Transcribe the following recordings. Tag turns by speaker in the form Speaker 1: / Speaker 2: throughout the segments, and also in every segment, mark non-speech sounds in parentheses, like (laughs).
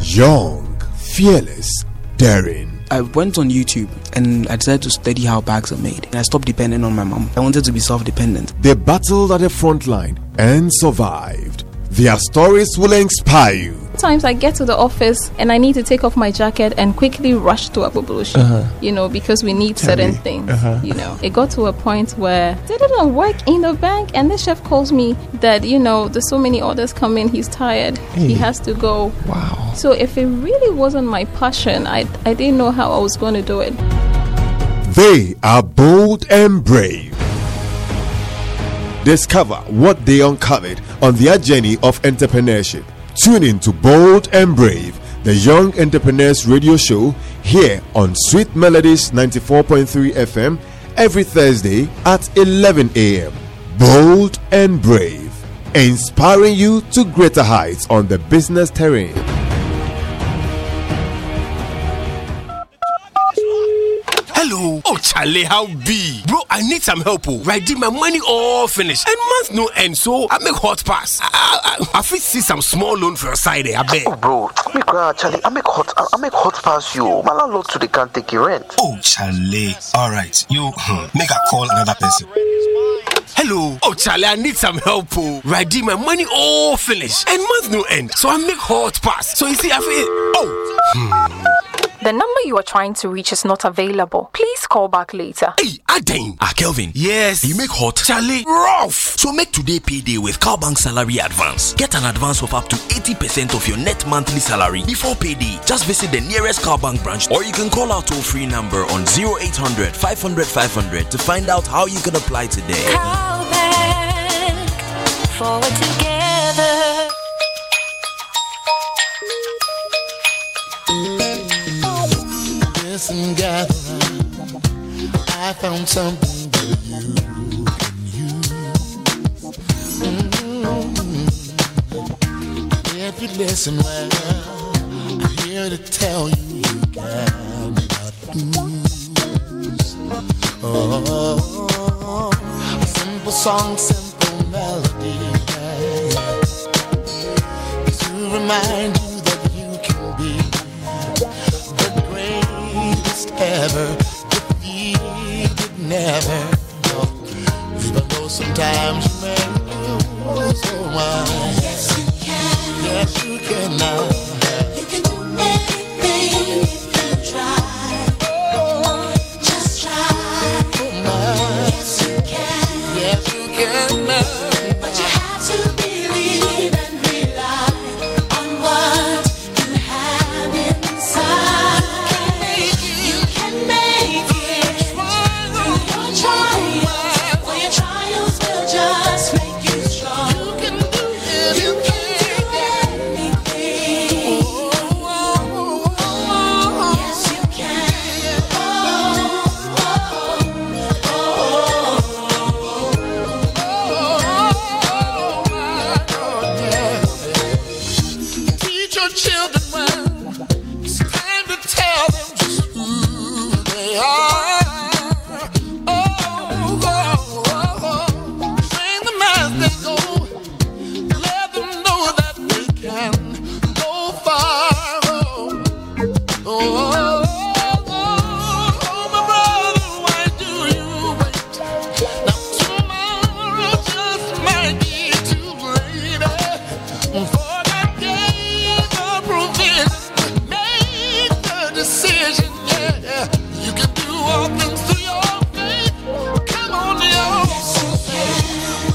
Speaker 1: Young, fearless, daring.
Speaker 2: I went on YouTube and I decided to study how bags are made. I stopped depending on my mom. I wanted to be self dependent.
Speaker 1: They battled at the front line and survived. Their stories will inspire you.
Speaker 3: Sometimes I get to the office and I need to take off my jacket and quickly rush to Abubulushi, you know, because we need certain things, you know. It got to a point where I didn't work in the bank and the chef calls me that, you know, there's so many orders coming, he's tired, he has to go.
Speaker 4: Wow.
Speaker 3: So if it really wasn't my passion, I, I didn't know how I was going to do it.
Speaker 1: They are bold and brave. Discover what they uncovered on their journey of entrepreneurship. Tune in to Bold and Brave, the Young Entrepreneurs Radio Show, here on Sweet Melodies 94.3 FM every Thursday at 11 a.m. Bold and Brave, inspiring you to greater heights on the business terrain.
Speaker 5: Hello. Oh, Charlie, how be? Bro, I need some help. Oh. Right, did my money all finish. And month no end, so I make hot pass. I, I, I, I fit see some small loan for your side, eh, I bet.
Speaker 6: Oh, bro, me cry, Charlie. I make hot, I, I make hot pass you. My landlord today can't take your rent.
Speaker 5: Oh, Charlie. All right, you hmm, make a call another person. Hello. Oh, Charlie, I need some help. Oh. Right, did my money all finish. And month no end, so I make hot pass. So you see, I fit. Oh.
Speaker 7: The number you are trying to reach is not available. Please call back later.
Speaker 5: Hey, Aden. Ah, Kelvin. Yes. You make hot. Charlie. Rough.
Speaker 8: So make today payday with Cowbank Salary Advance. Get an advance of up to 80% of your net monthly salary before payday. Just visit the nearest Cowbank branch or you can call our toll free number on 0800 500 500 to find out how you can apply today.
Speaker 9: forward together.
Speaker 10: dance and gather round. I found something that you can use. Mm. If you listen well, I'm here to tell you you cannot lose. Oh, a simple song, simple melody. Is to remind you that you can be the greatest ever, defeated never. No, even though sometimes you may lose your mind. Yes, you can. Yes, you can now.
Speaker 9: You can do anything if you try. Just try. Yes, you can.
Speaker 10: Yes, you can now.
Speaker 9: But you have to believe and rely on what you have inside. You can make it through your trials. For your trials will just make you strong. You can do anything. Yes, you can.
Speaker 10: Teach your children well. It's time to tell them just who they are. Oh, oh, oh, oh. Train them as they go. Let them know that they can go far. Oh, oh, oh, oh, oh, my brother, why do you wait? Now tomorrow just might be too late. For that day, the provision, make the decision, yeah. You can do all things through your faith. Come on, y'all.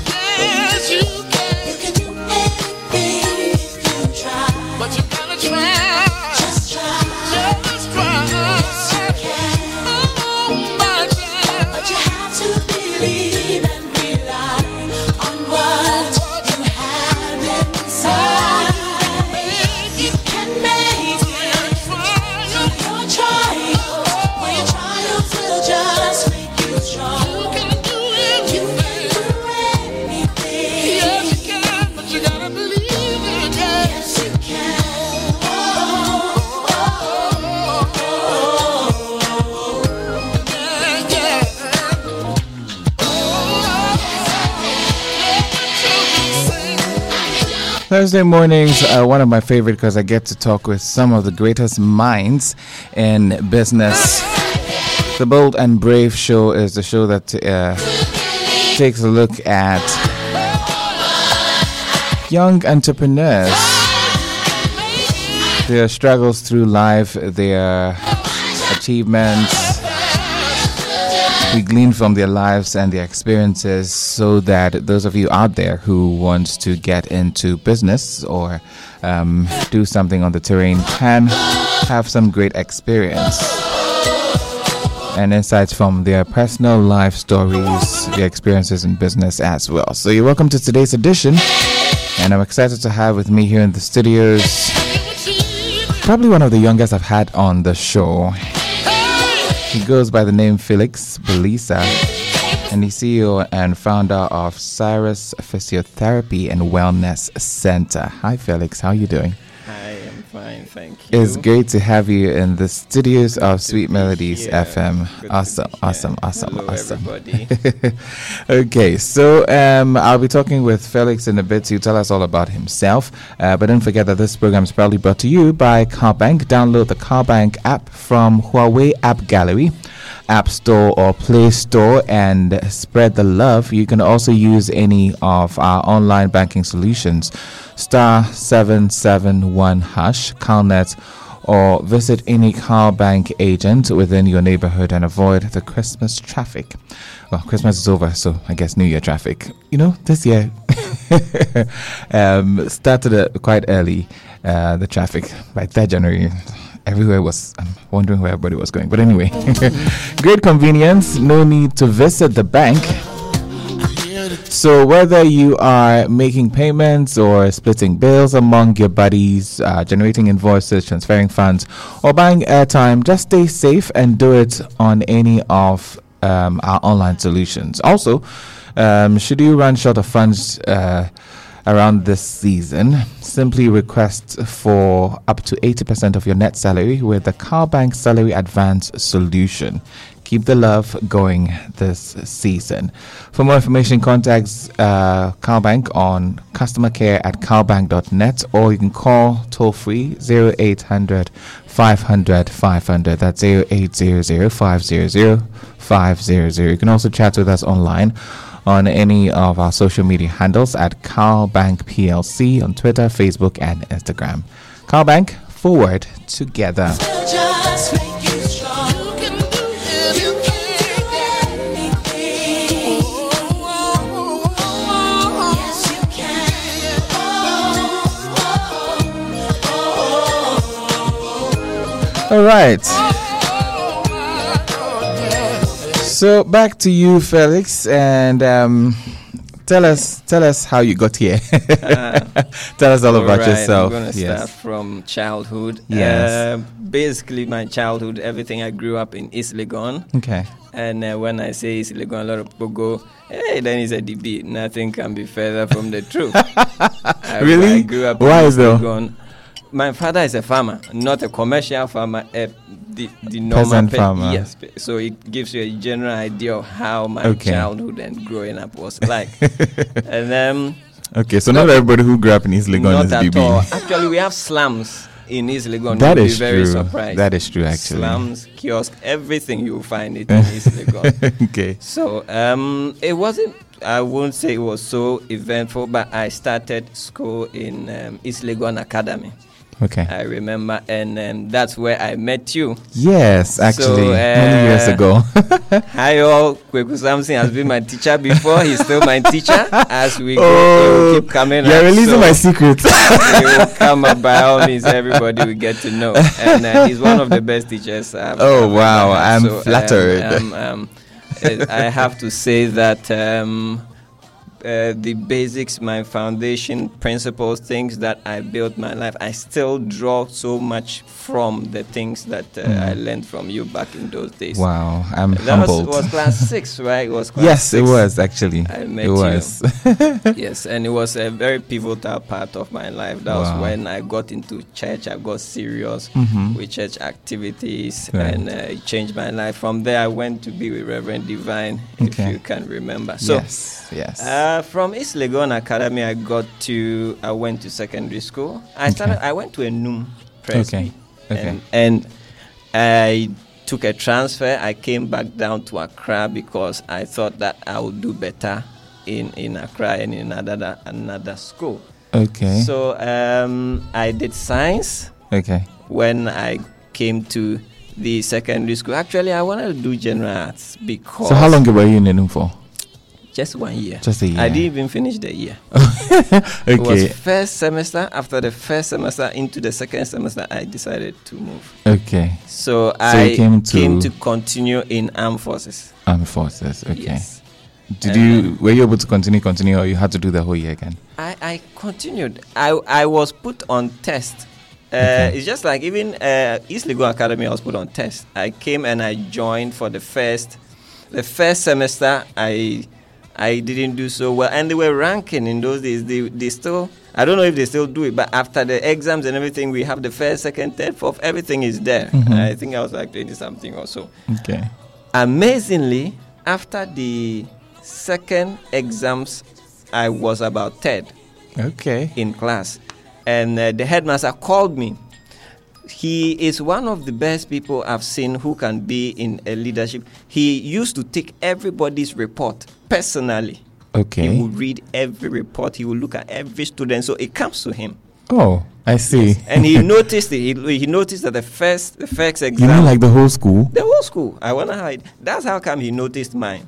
Speaker 10: Yes, you can.
Speaker 9: You can do anything if you try.
Speaker 10: But you gotta try.
Speaker 9: Just try.
Speaker 10: Just
Speaker 9: Oh, oh,
Speaker 1: Thursday mornings are uh, one of my favorite because I get to talk with some of the greatest minds in business. The Bold and Brave show is the show that uh, takes a look at young entrepreneurs, their struggles through life, their achievements. We glean from their lives and their experiences so that those of you out there who want to get into business or um, do something on the terrain can have some great experience and insights from their personal life stories, their experiences in business as well. So, you're welcome to today's edition, and I'm excited to have with me here in the studios probably one of the youngest I've had on the show. He goes by the name Felix Belisa, and he's CEO and founder of Cyrus Physiotherapy and Wellness Center. Hi, Felix. How you doing?
Speaker 5: Hi, I'm fine, thank you.
Speaker 1: It's great to have you in the studios of Sweet Melodies
Speaker 5: here.
Speaker 1: FM.
Speaker 5: Good to
Speaker 1: Awesome,
Speaker 5: be
Speaker 1: awesome,
Speaker 5: here.
Speaker 1: awesome,
Speaker 5: Hello,
Speaker 1: awesome.
Speaker 5: everybody.
Speaker 1: okay, so um, I'll be talking with Felix in a bit to tell us all about himself. Uh, but don't forget that this program is proudly brought to you by Carbank. Download the Carbank app from Huawei App Gallery. App Store or Play Store and spread the love. You can also use any of our online banking solutions, star 771 hash, CalNet, or visit any car bank agent within your neighborhood and avoid the Christmas traffic. Well, Christmas is over, so I guess New Year traffic. You know, this year um, started uh, quite early, uh, the traffic. By 3rd January, everywhere was, I'm wondering where everybody was going. But anyway, (laughs) great convenience, no need to visit the bank. So, whether you are making payments or splitting bills among your buddies, uh, generating invoices, transferring funds, or buying airtime, just stay safe and do it on any of um, our online solutions. Also, um, should you run short of funds uh, around this season, simply request for up to 80% of your net salary with the Carbank Salary Advance solution keep the love going this season. For more information, contact uh, Carbank on customer care at carbank.net or you can call toll free 0800 500 500. That's 0800 500 500. You can also chat with us online on any of our social media handles at Carbank PLC on Twitter, Facebook, and Instagram. Carbank, forward together.
Speaker 9: Just make you strong. You can do it. You can do anything. Yes, you can. Oh, oh,
Speaker 1: All right. So back to you, Felix, and um, tell us tell us how you got here. tell us all about
Speaker 5: Alright,
Speaker 1: yourself.
Speaker 5: I'm going to
Speaker 1: Yes.
Speaker 5: start from childhood.
Speaker 1: Yes.
Speaker 5: Uh, basically, my childhood, everything I grew up in East Legon.
Speaker 1: Okay.
Speaker 5: And uh, when I say East Legon, a lot of people go, hey, then it's a DB. Nothing can be further from the truth.
Speaker 1: (laughs)
Speaker 5: I- I
Speaker 1: Really?
Speaker 5: grew up
Speaker 1: Why
Speaker 5: in
Speaker 1: is though?
Speaker 5: Legon. My father is a farmer, not a commercial farmer, a, the, the normal
Speaker 1: Peasant farmer.
Speaker 5: Yes. pe- So it gives you a general idea of how my
Speaker 1: Okay.
Speaker 5: childhood and growing up
Speaker 1: (laughs)
Speaker 5: was like. and um, then
Speaker 1: Okay, so not everybody who grew up in East Legon
Speaker 5: not
Speaker 1: is
Speaker 5: at
Speaker 1: BB.
Speaker 5: all. Actually, we have slums in East Legon.
Speaker 1: That
Speaker 5: You'll
Speaker 1: is
Speaker 5: be very
Speaker 1: true.
Speaker 5: surprised.
Speaker 1: That is true, actually.
Speaker 5: Slums, kiosk, everything you find it in
Speaker 1: (laughs)
Speaker 5: East Legon.
Speaker 1: Okay.
Speaker 5: So um, it wasn't. I won't say it was so eventful, but I started school in um, East Legon Academy.
Speaker 1: Okay.
Speaker 5: I remember, and um, that's where I met you.
Speaker 1: Yes, actually,
Speaker 5: uh,
Speaker 1: many years
Speaker 5: (laughs)
Speaker 1: ago.
Speaker 5: Hi all, Kweku Samson has been my teacher before. He's still my teacher. As
Speaker 1: (laughs)
Speaker 5: we go, he will keep coming.
Speaker 1: Oh, you're
Speaker 5: up,
Speaker 1: releasing
Speaker 5: so
Speaker 1: my secret. (laughs)
Speaker 5: he will come up by all means. Everybody will get to know, and uh, he's one of the best teachers. I've,
Speaker 1: Oh,
Speaker 5: I've
Speaker 1: wow,
Speaker 5: ever had.
Speaker 1: I'm
Speaker 5: um,
Speaker 1: flattered.
Speaker 5: um, um, uh, I have to say that. Um, uh, the basics, my foundation principles, things that I built my life. I still draw so much from the things that uh, I learned from you back in those days.
Speaker 1: Mm. wow, I'm
Speaker 5: That was,
Speaker 1: humbled.
Speaker 5: was class six, right?
Speaker 1: (laughs)
Speaker 5: It was class
Speaker 1: yes, it
Speaker 5: six.
Speaker 1: was actually.
Speaker 5: I met
Speaker 1: it was.
Speaker 5: you.
Speaker 1: (laughs)
Speaker 5: yes, and it was a very pivotal part of my life. That
Speaker 1: Wow.
Speaker 5: was when I got into church. I got serious
Speaker 1: Mhm.
Speaker 5: with church activities,
Speaker 1: Right.
Speaker 5: and uh, it changed my life. From there, I went to be with Reverend Divine, if
Speaker 1: Okay.
Speaker 5: you can remember. So,
Speaker 1: yes, yes.
Speaker 5: uh, Uh, from East Legon Academy, I got to. I went to secondary school. I started. I went to a Noom press.
Speaker 1: Okay. Okay.
Speaker 5: And, and I took a transfer. I came back down to Accra because I thought that I would do better in in Accra and in another another school.
Speaker 1: Okay.
Speaker 5: So um, I did science
Speaker 1: Okay.
Speaker 5: when I came to the secondary school. Actually, I wanted to do general arts because.
Speaker 1: So how long were you in Enum for?
Speaker 5: Just one year.
Speaker 1: Just a
Speaker 5: I
Speaker 1: year.
Speaker 5: didn't even finish
Speaker 1: (laughs)
Speaker 5: the year.
Speaker 1: Okay.
Speaker 5: It was first semester. After the first semester into the second semester, I decided to move.
Speaker 1: Okay.
Speaker 5: So,
Speaker 1: So
Speaker 5: I
Speaker 1: you
Speaker 5: came
Speaker 1: came
Speaker 5: to,
Speaker 1: to-
Speaker 5: continue in armed forces.
Speaker 1: Armed forces. Okay.
Speaker 5: Yes.
Speaker 1: Did you were you able to continue continue or you had to do the whole year again?
Speaker 5: I, I continued. I, I was put on test. Uh, It's just like even uh, East Legon Academy, I was put on test. I came and I joined for the first, the first semester. I I didn't do so well, and they were ranking in those days. They they still I don't know if they still do it, but after the exams and everything, we have the first, second, third, fourth. Everything is there.
Speaker 1: Mhm.
Speaker 5: I think I was like twenty something or so.
Speaker 1: Okay.
Speaker 5: Amazingly, after the second exams, I was about third.
Speaker 1: Okay.
Speaker 5: In class, and uh, the headmaster called me. He is one of the best people I've seen who can be in a leadership. He used to take everybody's report personally. He
Speaker 1: Okay.
Speaker 5: would read every report. He would look at every student. So it comes to him,
Speaker 1: Oh, I see.
Speaker 5: and he (laughs) noticed it. He, he noticed that the first, the first
Speaker 1: you
Speaker 5: exam,
Speaker 1: mean like the whole school?
Speaker 5: the whole school. I wonder how. It, that's how come he noticed mine.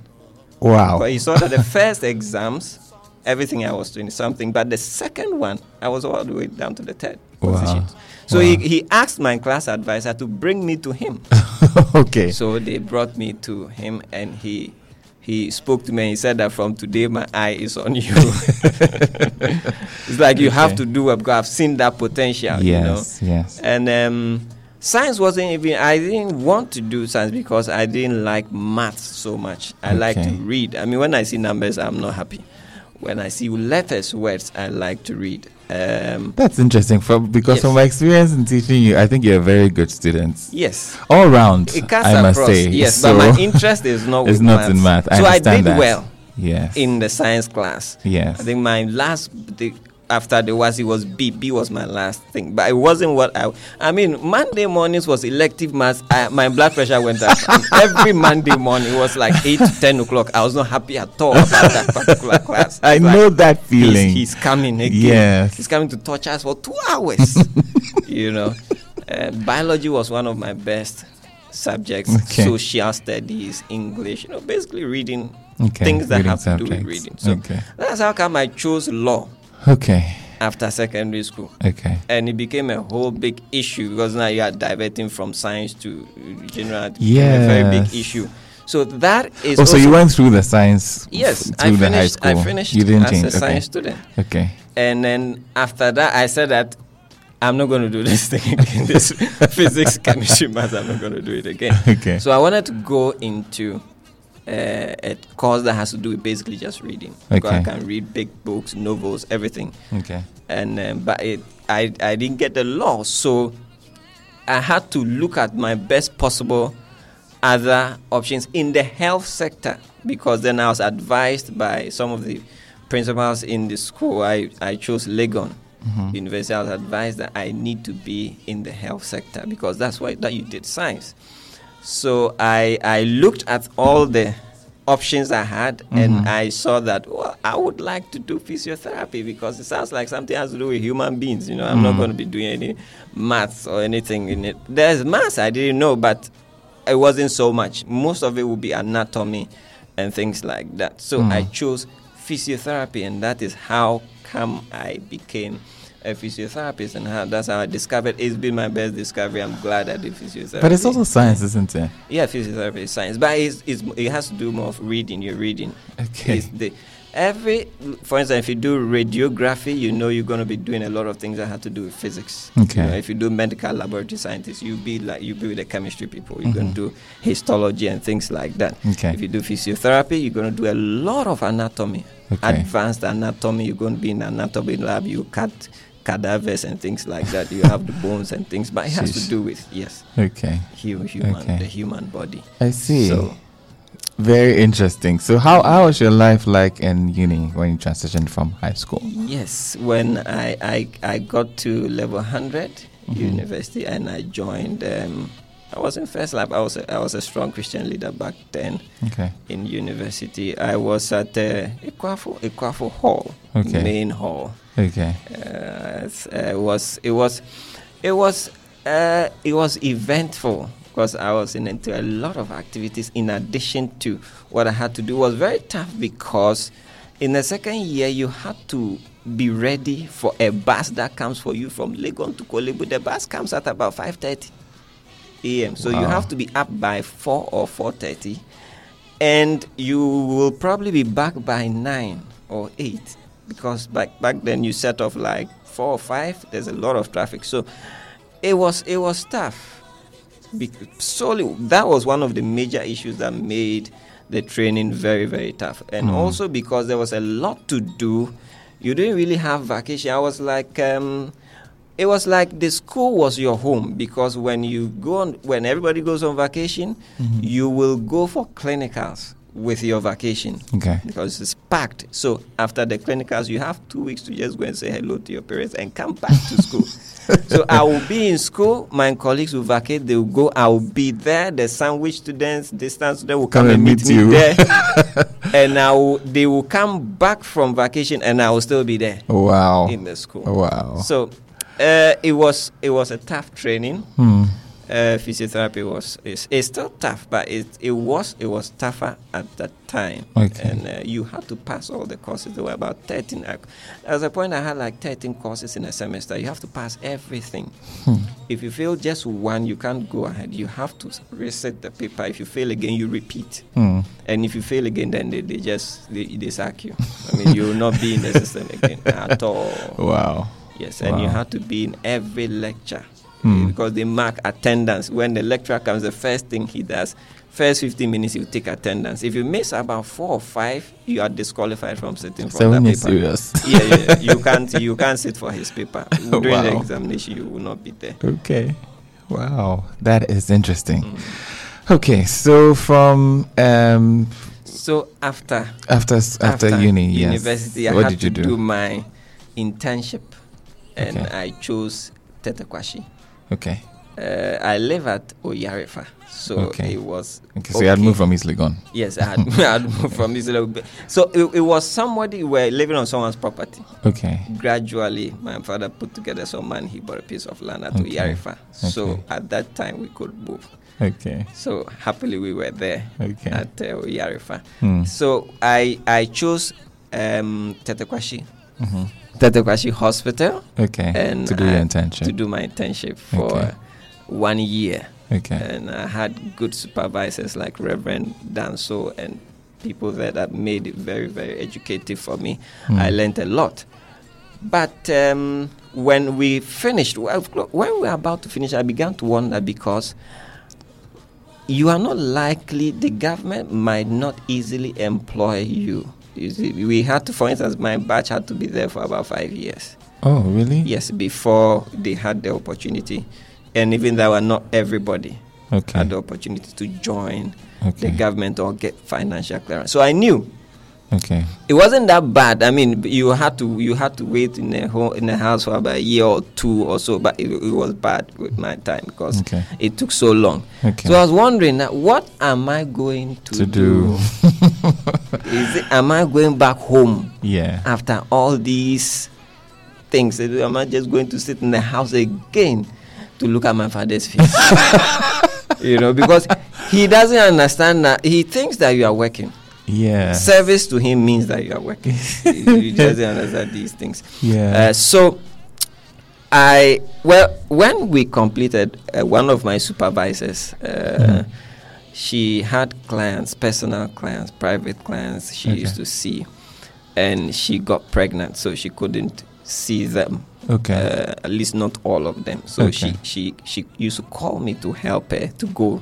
Speaker 1: Wow.
Speaker 5: But he saw that the first exams, everything I was doing something, but the second one, I was all the way down to the third position.
Speaker 1: Wow.
Speaker 5: So he, he asked my class advisor to bring me to him.
Speaker 1: okay.
Speaker 5: So they brought me to him, and he he spoke to me. and He said that from today, my eye is
Speaker 1: (laughs)
Speaker 5: on you. it's like you have
Speaker 1: Okay.
Speaker 5: to do well because I've seen that potential.
Speaker 1: Yes,
Speaker 5: you know?
Speaker 1: yes.
Speaker 5: And um, science wasn't even. I didn't want to do science because I didn't like math so much. I like to
Speaker 1: Okay.
Speaker 5: read. I mean, when I see numbers, I'm not happy. When I see letters, words, I like to read. Um,
Speaker 1: That's interesting. From because
Speaker 5: Yes.
Speaker 1: from my experience in teaching you, I think you're a very good student.
Speaker 5: Yes.
Speaker 1: All round.
Speaker 5: It cuts
Speaker 1: I must
Speaker 5: across.
Speaker 1: say.
Speaker 5: Yes,
Speaker 1: So-
Speaker 5: but my interest is not.
Speaker 1: (laughs) it's
Speaker 5: with
Speaker 1: not in math. I
Speaker 5: so I
Speaker 1: understand
Speaker 5: did
Speaker 1: that.
Speaker 5: well.
Speaker 1: Yes.
Speaker 5: In the science class.
Speaker 1: Yes.
Speaker 5: I think my last the, after the WASI was B. B was my last thing, but it wasn't what I. I mean, Monday mornings was elective maths. I, my blood pressure went up And every Monday morning. It was like eight to ten o'clock. I was not happy at all about that particular class.
Speaker 1: (laughs) I
Speaker 5: It's like,
Speaker 1: know that
Speaker 5: he's-
Speaker 1: feeling.
Speaker 5: He's, coming again.
Speaker 1: Yes.
Speaker 5: He's coming to torture us for two
Speaker 1: (laughs)
Speaker 5: hours. you know, uh, biology was one of my best subjects.
Speaker 1: Okay.
Speaker 5: Social studies, English. You know, basically reading
Speaker 1: Okay,
Speaker 5: things that
Speaker 1: reading
Speaker 5: have to do with
Speaker 1: subjects.
Speaker 5: reading. So
Speaker 1: Okay.
Speaker 5: that's how come I chose law
Speaker 1: Okay.
Speaker 5: after secondary school.
Speaker 1: Okay.
Speaker 5: And it became a whole big issue because now you are diverting from science to uh, general. it became A very big
Speaker 1: Yes.
Speaker 5: issue. So that is.
Speaker 1: oh, so you
Speaker 5: also-
Speaker 1: went through the science?
Speaker 5: Yes,
Speaker 1: f-
Speaker 5: I
Speaker 1: through the high
Speaker 5: finished. I
Speaker 1: school.
Speaker 5: finished
Speaker 1: You didn't
Speaker 5: as
Speaker 1: change.
Speaker 5: a
Speaker 1: okay.
Speaker 5: science student.
Speaker 1: Okay.
Speaker 5: And then after that, I said that I'm not going to do this (laughs) thing
Speaker 1: (laughs)
Speaker 5: again. this physics, chemistry, math, I'm not going to do it again.
Speaker 1: Okay.
Speaker 5: So I wanted to go into uh, a course that has to do with basically just reading. Because I
Speaker 1: Okay.
Speaker 5: can read big books, novels, everything.
Speaker 1: Okay.
Speaker 5: And um, but it, I I didn't get the law, so I had to look at my best possible other options in the health sector because then I was advised by some of the principals in the school. I, I chose Legon
Speaker 1: Mhm.
Speaker 5: University. I was advised that I need to be in the health sector because that's why that you did science. So I I looked at all the options I had and
Speaker 1: Mhm.
Speaker 5: I saw that well I would like to do physiotherapy because it sounds like something has to do with human beings. You know, I'm not
Speaker 1: Mm.
Speaker 5: going to be doing any maths or anything in it. There's maths I didn't know, but it wasn't so much. Most of it would be anatomy and things like that. So I
Speaker 1: Mm.
Speaker 5: chose physiotherapy, and that is how come I became a physiotherapist, and how, that's how I discovered. It's been my best discovery. I'm glad I did physiotherapy.
Speaker 1: But it's also science, isn't it?
Speaker 5: Yeah, physiotherapy is science, but it's, it's, it has to do more of reading. You're reading.
Speaker 1: Okay.
Speaker 5: It's the, every, for instance, if you do radiography, you know you're going to be doing a lot of things that have to do with physics. You
Speaker 1: Okay.
Speaker 5: know, if you do medical laboratory scientists, you'll be like you'll be with the chemistry people. You're
Speaker 1: Mhm.
Speaker 5: going to do histology and things like that.
Speaker 1: Okay.
Speaker 5: If you do physiotherapy, you're going to do a lot of anatomy,
Speaker 1: Okay.
Speaker 5: advanced anatomy. You're going to be in anatomy lab. You cut cadavers and things like that. You have the bones and things, but it has
Speaker 1: Sheesh.
Speaker 5: to do with yes
Speaker 1: Okay.
Speaker 5: hu- human
Speaker 1: Okay.
Speaker 5: the human body.
Speaker 1: I see.
Speaker 5: So
Speaker 1: Very interesting. So, how, how was your life like in uni when you transitioned from high school?
Speaker 5: Yes, when I, I, I got to level 100
Speaker 1: Mm-hmm.
Speaker 5: university and I joined, um, I was in first lab. I was, a, I was a strong Christian leader back then
Speaker 1: Okay.
Speaker 5: in university. I was at uh, Ikwafo, Ikwafo Hall,
Speaker 1: Okay.
Speaker 5: main hall.
Speaker 1: Okay.
Speaker 5: Uh, it's, uh, it was, it was, it was, uh, it was eventful because I was in, into a lot of activities in addition to what I had to do. It was very tough because in the second year you had to be ready for a bus that comes for you from Legon to Kolebu. The bus comes at about five thirty a.m. So you
Speaker 11: Wow.
Speaker 5: have to be up by four or four thirty, and you will probably be back by nine or eight because back back then you set off like four or five. There's a lot of traffic, so it was it was tough. Bec- solely that was one of the major issues that made the training very very tough, and
Speaker 1: Mm.
Speaker 5: also because there was a lot to do. You didn't really have vacation. I was like. Um, it was like the school was your home because when you go on when everybody goes on vacation
Speaker 1: Mhm.
Speaker 5: you will go for clinicals with your vacation
Speaker 1: Okay.
Speaker 5: because it's packed so after the clinicals you have two weeks to just go and say hello to your parents and come back to (laughs) school so i will be in school my colleagues will vacate they will go i will be there the sandwich students distance students will come, and meet, me
Speaker 1: you.
Speaker 5: there (laughs) and i will, they will come back from vacation and i will still be there
Speaker 1: Wow.
Speaker 5: in the school
Speaker 1: Wow.
Speaker 5: so uh, it was it was a tough training.
Speaker 1: Hmm.
Speaker 5: Uh, physiotherapy was is it's still tough, but it, it was it was tougher at that time.
Speaker 1: Okay.
Speaker 5: And uh, you had to pass all the courses. There were about thirteen. Ac- As a point, I had like thirteen courses in a semester. You have to pass everything.
Speaker 1: Hmm.
Speaker 5: If you fail just one, you can't go ahead. You have to s- reset the paper. If you fail again, you repeat.
Speaker 1: Hmm.
Speaker 5: And if you fail again, then they, they just they, they sack you. I mean, you will not be in the system
Speaker 1: (laughs)
Speaker 5: again at all.
Speaker 1: Wow.
Speaker 5: Yes, and you
Speaker 1: Wow.
Speaker 5: had to be in every lecture
Speaker 1: Hmm.
Speaker 5: because they mark attendance. When the lecturer comes, the first thing he does, first 15 minutes, you take attendance. If you miss about four or five, you are disqualified from sitting for
Speaker 1: Seven
Speaker 5: that
Speaker 1: years
Speaker 5: paper.
Speaker 1: serious.
Speaker 5: Yeah,
Speaker 1: (laughs)
Speaker 5: yeah, you can't you can't sit for his paper during the
Speaker 1: Wow.
Speaker 5: examination. You will not be there.
Speaker 1: Okay. Wow. That is interesting. Okay. So, from um,
Speaker 5: So after
Speaker 1: After s- after uni, yes.
Speaker 5: university, I
Speaker 1: What
Speaker 5: had
Speaker 1: did you
Speaker 5: to
Speaker 1: do?
Speaker 5: do? my internship, and
Speaker 1: Okay.
Speaker 5: I chose Tetakwashi.
Speaker 1: okay.
Speaker 5: Uh, I live at Oyarefa, so
Speaker 1: Okay.
Speaker 5: it was.
Speaker 1: Okay, so you had moved from East Legon.
Speaker 5: Yes, I had, I had moved from East Legon. So it, it was somebody who were living on someone's property.
Speaker 1: Okay.
Speaker 5: Gradually, my father put together some money. He bought a piece of land at
Speaker 1: Okay.
Speaker 5: Oyarefa. So
Speaker 1: Okay.
Speaker 5: at that time, we could move.
Speaker 1: Okay.
Speaker 5: So happily, we were there
Speaker 1: Okay.
Speaker 5: at uh, Oyarefa.
Speaker 1: Hmm.
Speaker 5: So I I chose um, Tetekwashi
Speaker 1: Mhm.
Speaker 5: Tetekwashi Hospital.
Speaker 1: Okay, to do your
Speaker 5: I-
Speaker 1: internship.
Speaker 5: To do my internship for
Speaker 1: Okay.
Speaker 5: one year.
Speaker 1: Okay.
Speaker 5: And I had good supervisors like Reverend Danso and people there that made it very, very educative for me.
Speaker 1: Mm.
Speaker 5: I learned a lot. But um, when we finished, well, of course, when we were about to finish, I began to wonder because you are not likely, the government might not easily employ you. You see, we had to, for instance, my batch had to be there for about five years.
Speaker 1: Oh, really?
Speaker 5: Yes, before they had the opportunity. And even that were not everybody
Speaker 1: Okay.
Speaker 5: had the opportunity to join
Speaker 1: Okay.
Speaker 5: the government or get financial clearance. So I knew
Speaker 1: Okay.
Speaker 5: it wasn't that bad. I mean, b- you had to you had to wait in a home in a house for about a year or two or so, but it, it was bad with my time because
Speaker 1: Okay.
Speaker 5: it took so long.
Speaker 1: Okay.
Speaker 5: So I was wondering, uh, what am I going to,
Speaker 1: To do. (laughs)
Speaker 5: Is it, am I going back home?
Speaker 1: Yeah.
Speaker 5: After all these things, uh, am I just going to sit in the house again to look at my father's face? you know, because he doesn't understand that he thinks that you are working.
Speaker 1: Yeah.
Speaker 5: Service to him means that you are
Speaker 1: (laughs)
Speaker 5: working. you you just don't understand these things.
Speaker 1: Yeah.
Speaker 5: Uh, so, I well, when we completed, uh, one of my supervisors, uh,
Speaker 1: Mm-hmm.
Speaker 5: she had clients, personal clients, private clients. She
Speaker 1: Okay.
Speaker 5: used to see, and she got pregnant, so she couldn't see them.
Speaker 1: Okay.
Speaker 5: Uh, at least not all of them. So she
Speaker 1: Okay.
Speaker 5: she she used to call me to help her to go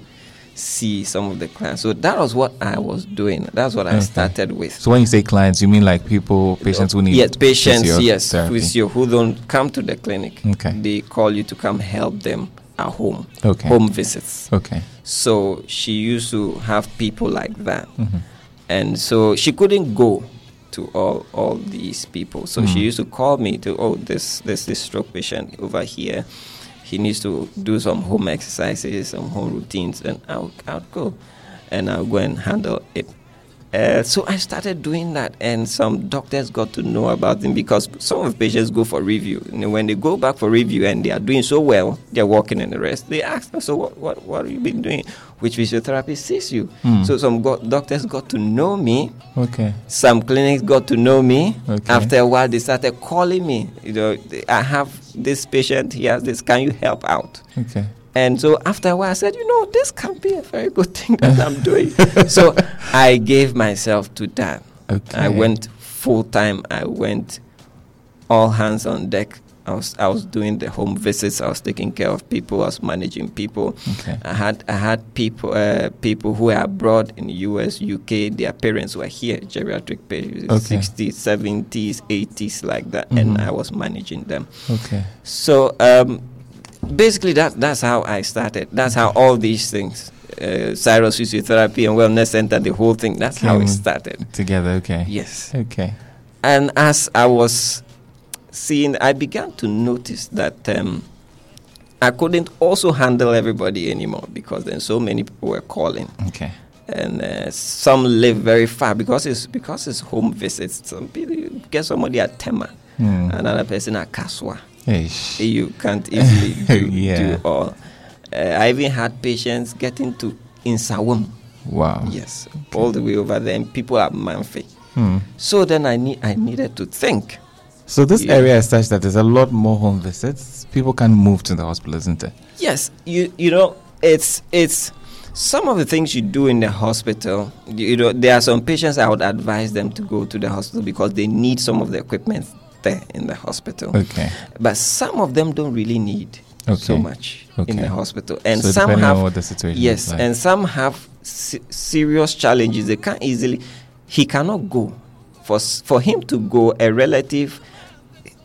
Speaker 5: see some of the clients. So that was what I was doing. That's what I
Speaker 1: Okay.
Speaker 5: started with.
Speaker 1: So when you say clients, you mean like people, patients who need
Speaker 5: yes, patients, yes,
Speaker 1: physiotherapy?
Speaker 5: physio who don't come to the clinic.
Speaker 1: Okay.
Speaker 5: They call you to come help them at home,
Speaker 1: Okay.
Speaker 5: home visits.
Speaker 1: Okay.
Speaker 5: So she used to have people like that.
Speaker 1: Mhm.
Speaker 5: And so she couldn't go to all, all these people. So she
Speaker 1: Mm.
Speaker 5: used to call me to, oh, this, this, this stroke patient over here. He needs to do some home exercises, some home routines, and I'll, I'll go. And I'll go and handle it. Uh, so I started doing that, and some doctors got to know about them because some of patients go for review. And when they go back for review and they are doing so well, they're walking and the rest, they ask them, So, what, what, what have you been doing? Which physiotherapy sees you?
Speaker 1: Hmm.
Speaker 5: So, some go- doctors got to know me.
Speaker 1: Okay.
Speaker 5: Some clinics got to know me.
Speaker 1: Okay.
Speaker 5: After a while, they started calling me. You know, I have this patient, he has this, can you help out?
Speaker 1: Okay.
Speaker 5: And so after a while, I said, you know, this can be a very good thing that
Speaker 1: (laughs)
Speaker 5: I'm doing. so I gave myself to that. I
Speaker 1: Okay.
Speaker 5: went full time. I went all hands on deck. I was, I was doing the home visits. I was taking care of people. I was managing people.
Speaker 1: Okay.
Speaker 5: I had I had people uh, people who are abroad in U.S., U.K. Their parents were here, geriatric patients,
Speaker 1: Okay.
Speaker 5: 60s, 70s, 80s, like that, and
Speaker 1: Mhm.
Speaker 5: I was managing them.
Speaker 1: Okay.
Speaker 5: So um, basically, that that's how I started. That's how all these things, uh, Cyrus Physiotherapy and Wellness Center, the whole thing. That's how
Speaker 1: Came
Speaker 5: it started.
Speaker 1: Together. Okay.
Speaker 5: Yes.
Speaker 1: Okay.
Speaker 5: And as I was seeing, I began to notice that um, I couldn't also handle everybody anymore because then so many people were calling.
Speaker 1: Okay.
Speaker 5: And uh, some live very far because it's because it's home visits. Some people you get somebody at Tema,
Speaker 1: Hmm.
Speaker 5: another person at Kaswa.
Speaker 1: Ish.
Speaker 5: You can't easily
Speaker 1: (laughs)
Speaker 5: do,
Speaker 1: Yeah.
Speaker 5: do all. Uh, I even had patients getting to Insawam.
Speaker 1: Wow.
Speaker 5: Yes, all the way over there, and people at Manfi.
Speaker 1: Hmm.
Speaker 5: So then I need I needed to think.
Speaker 1: So this
Speaker 5: Yeah.
Speaker 1: area is such that there's a lot more home visits. People can move to the hospital, isn't it?
Speaker 5: Yes, you you know it's it's some of the things you do in the hospital. You, you know there are some patients I would advise them to go to the hospital because they need some of the equipment there in the hospital.
Speaker 1: Okay.
Speaker 5: But some of them don't really need so
Speaker 1: Okay.
Speaker 5: much in
Speaker 1: Okay.
Speaker 5: the hospital, and
Speaker 1: So
Speaker 5: some
Speaker 1: depending on
Speaker 5: have
Speaker 1: what the situation is
Speaker 5: yes,
Speaker 1: like.
Speaker 5: and some have se- serious challenges. They can't easily. He cannot go. For s- for him to go, a relative,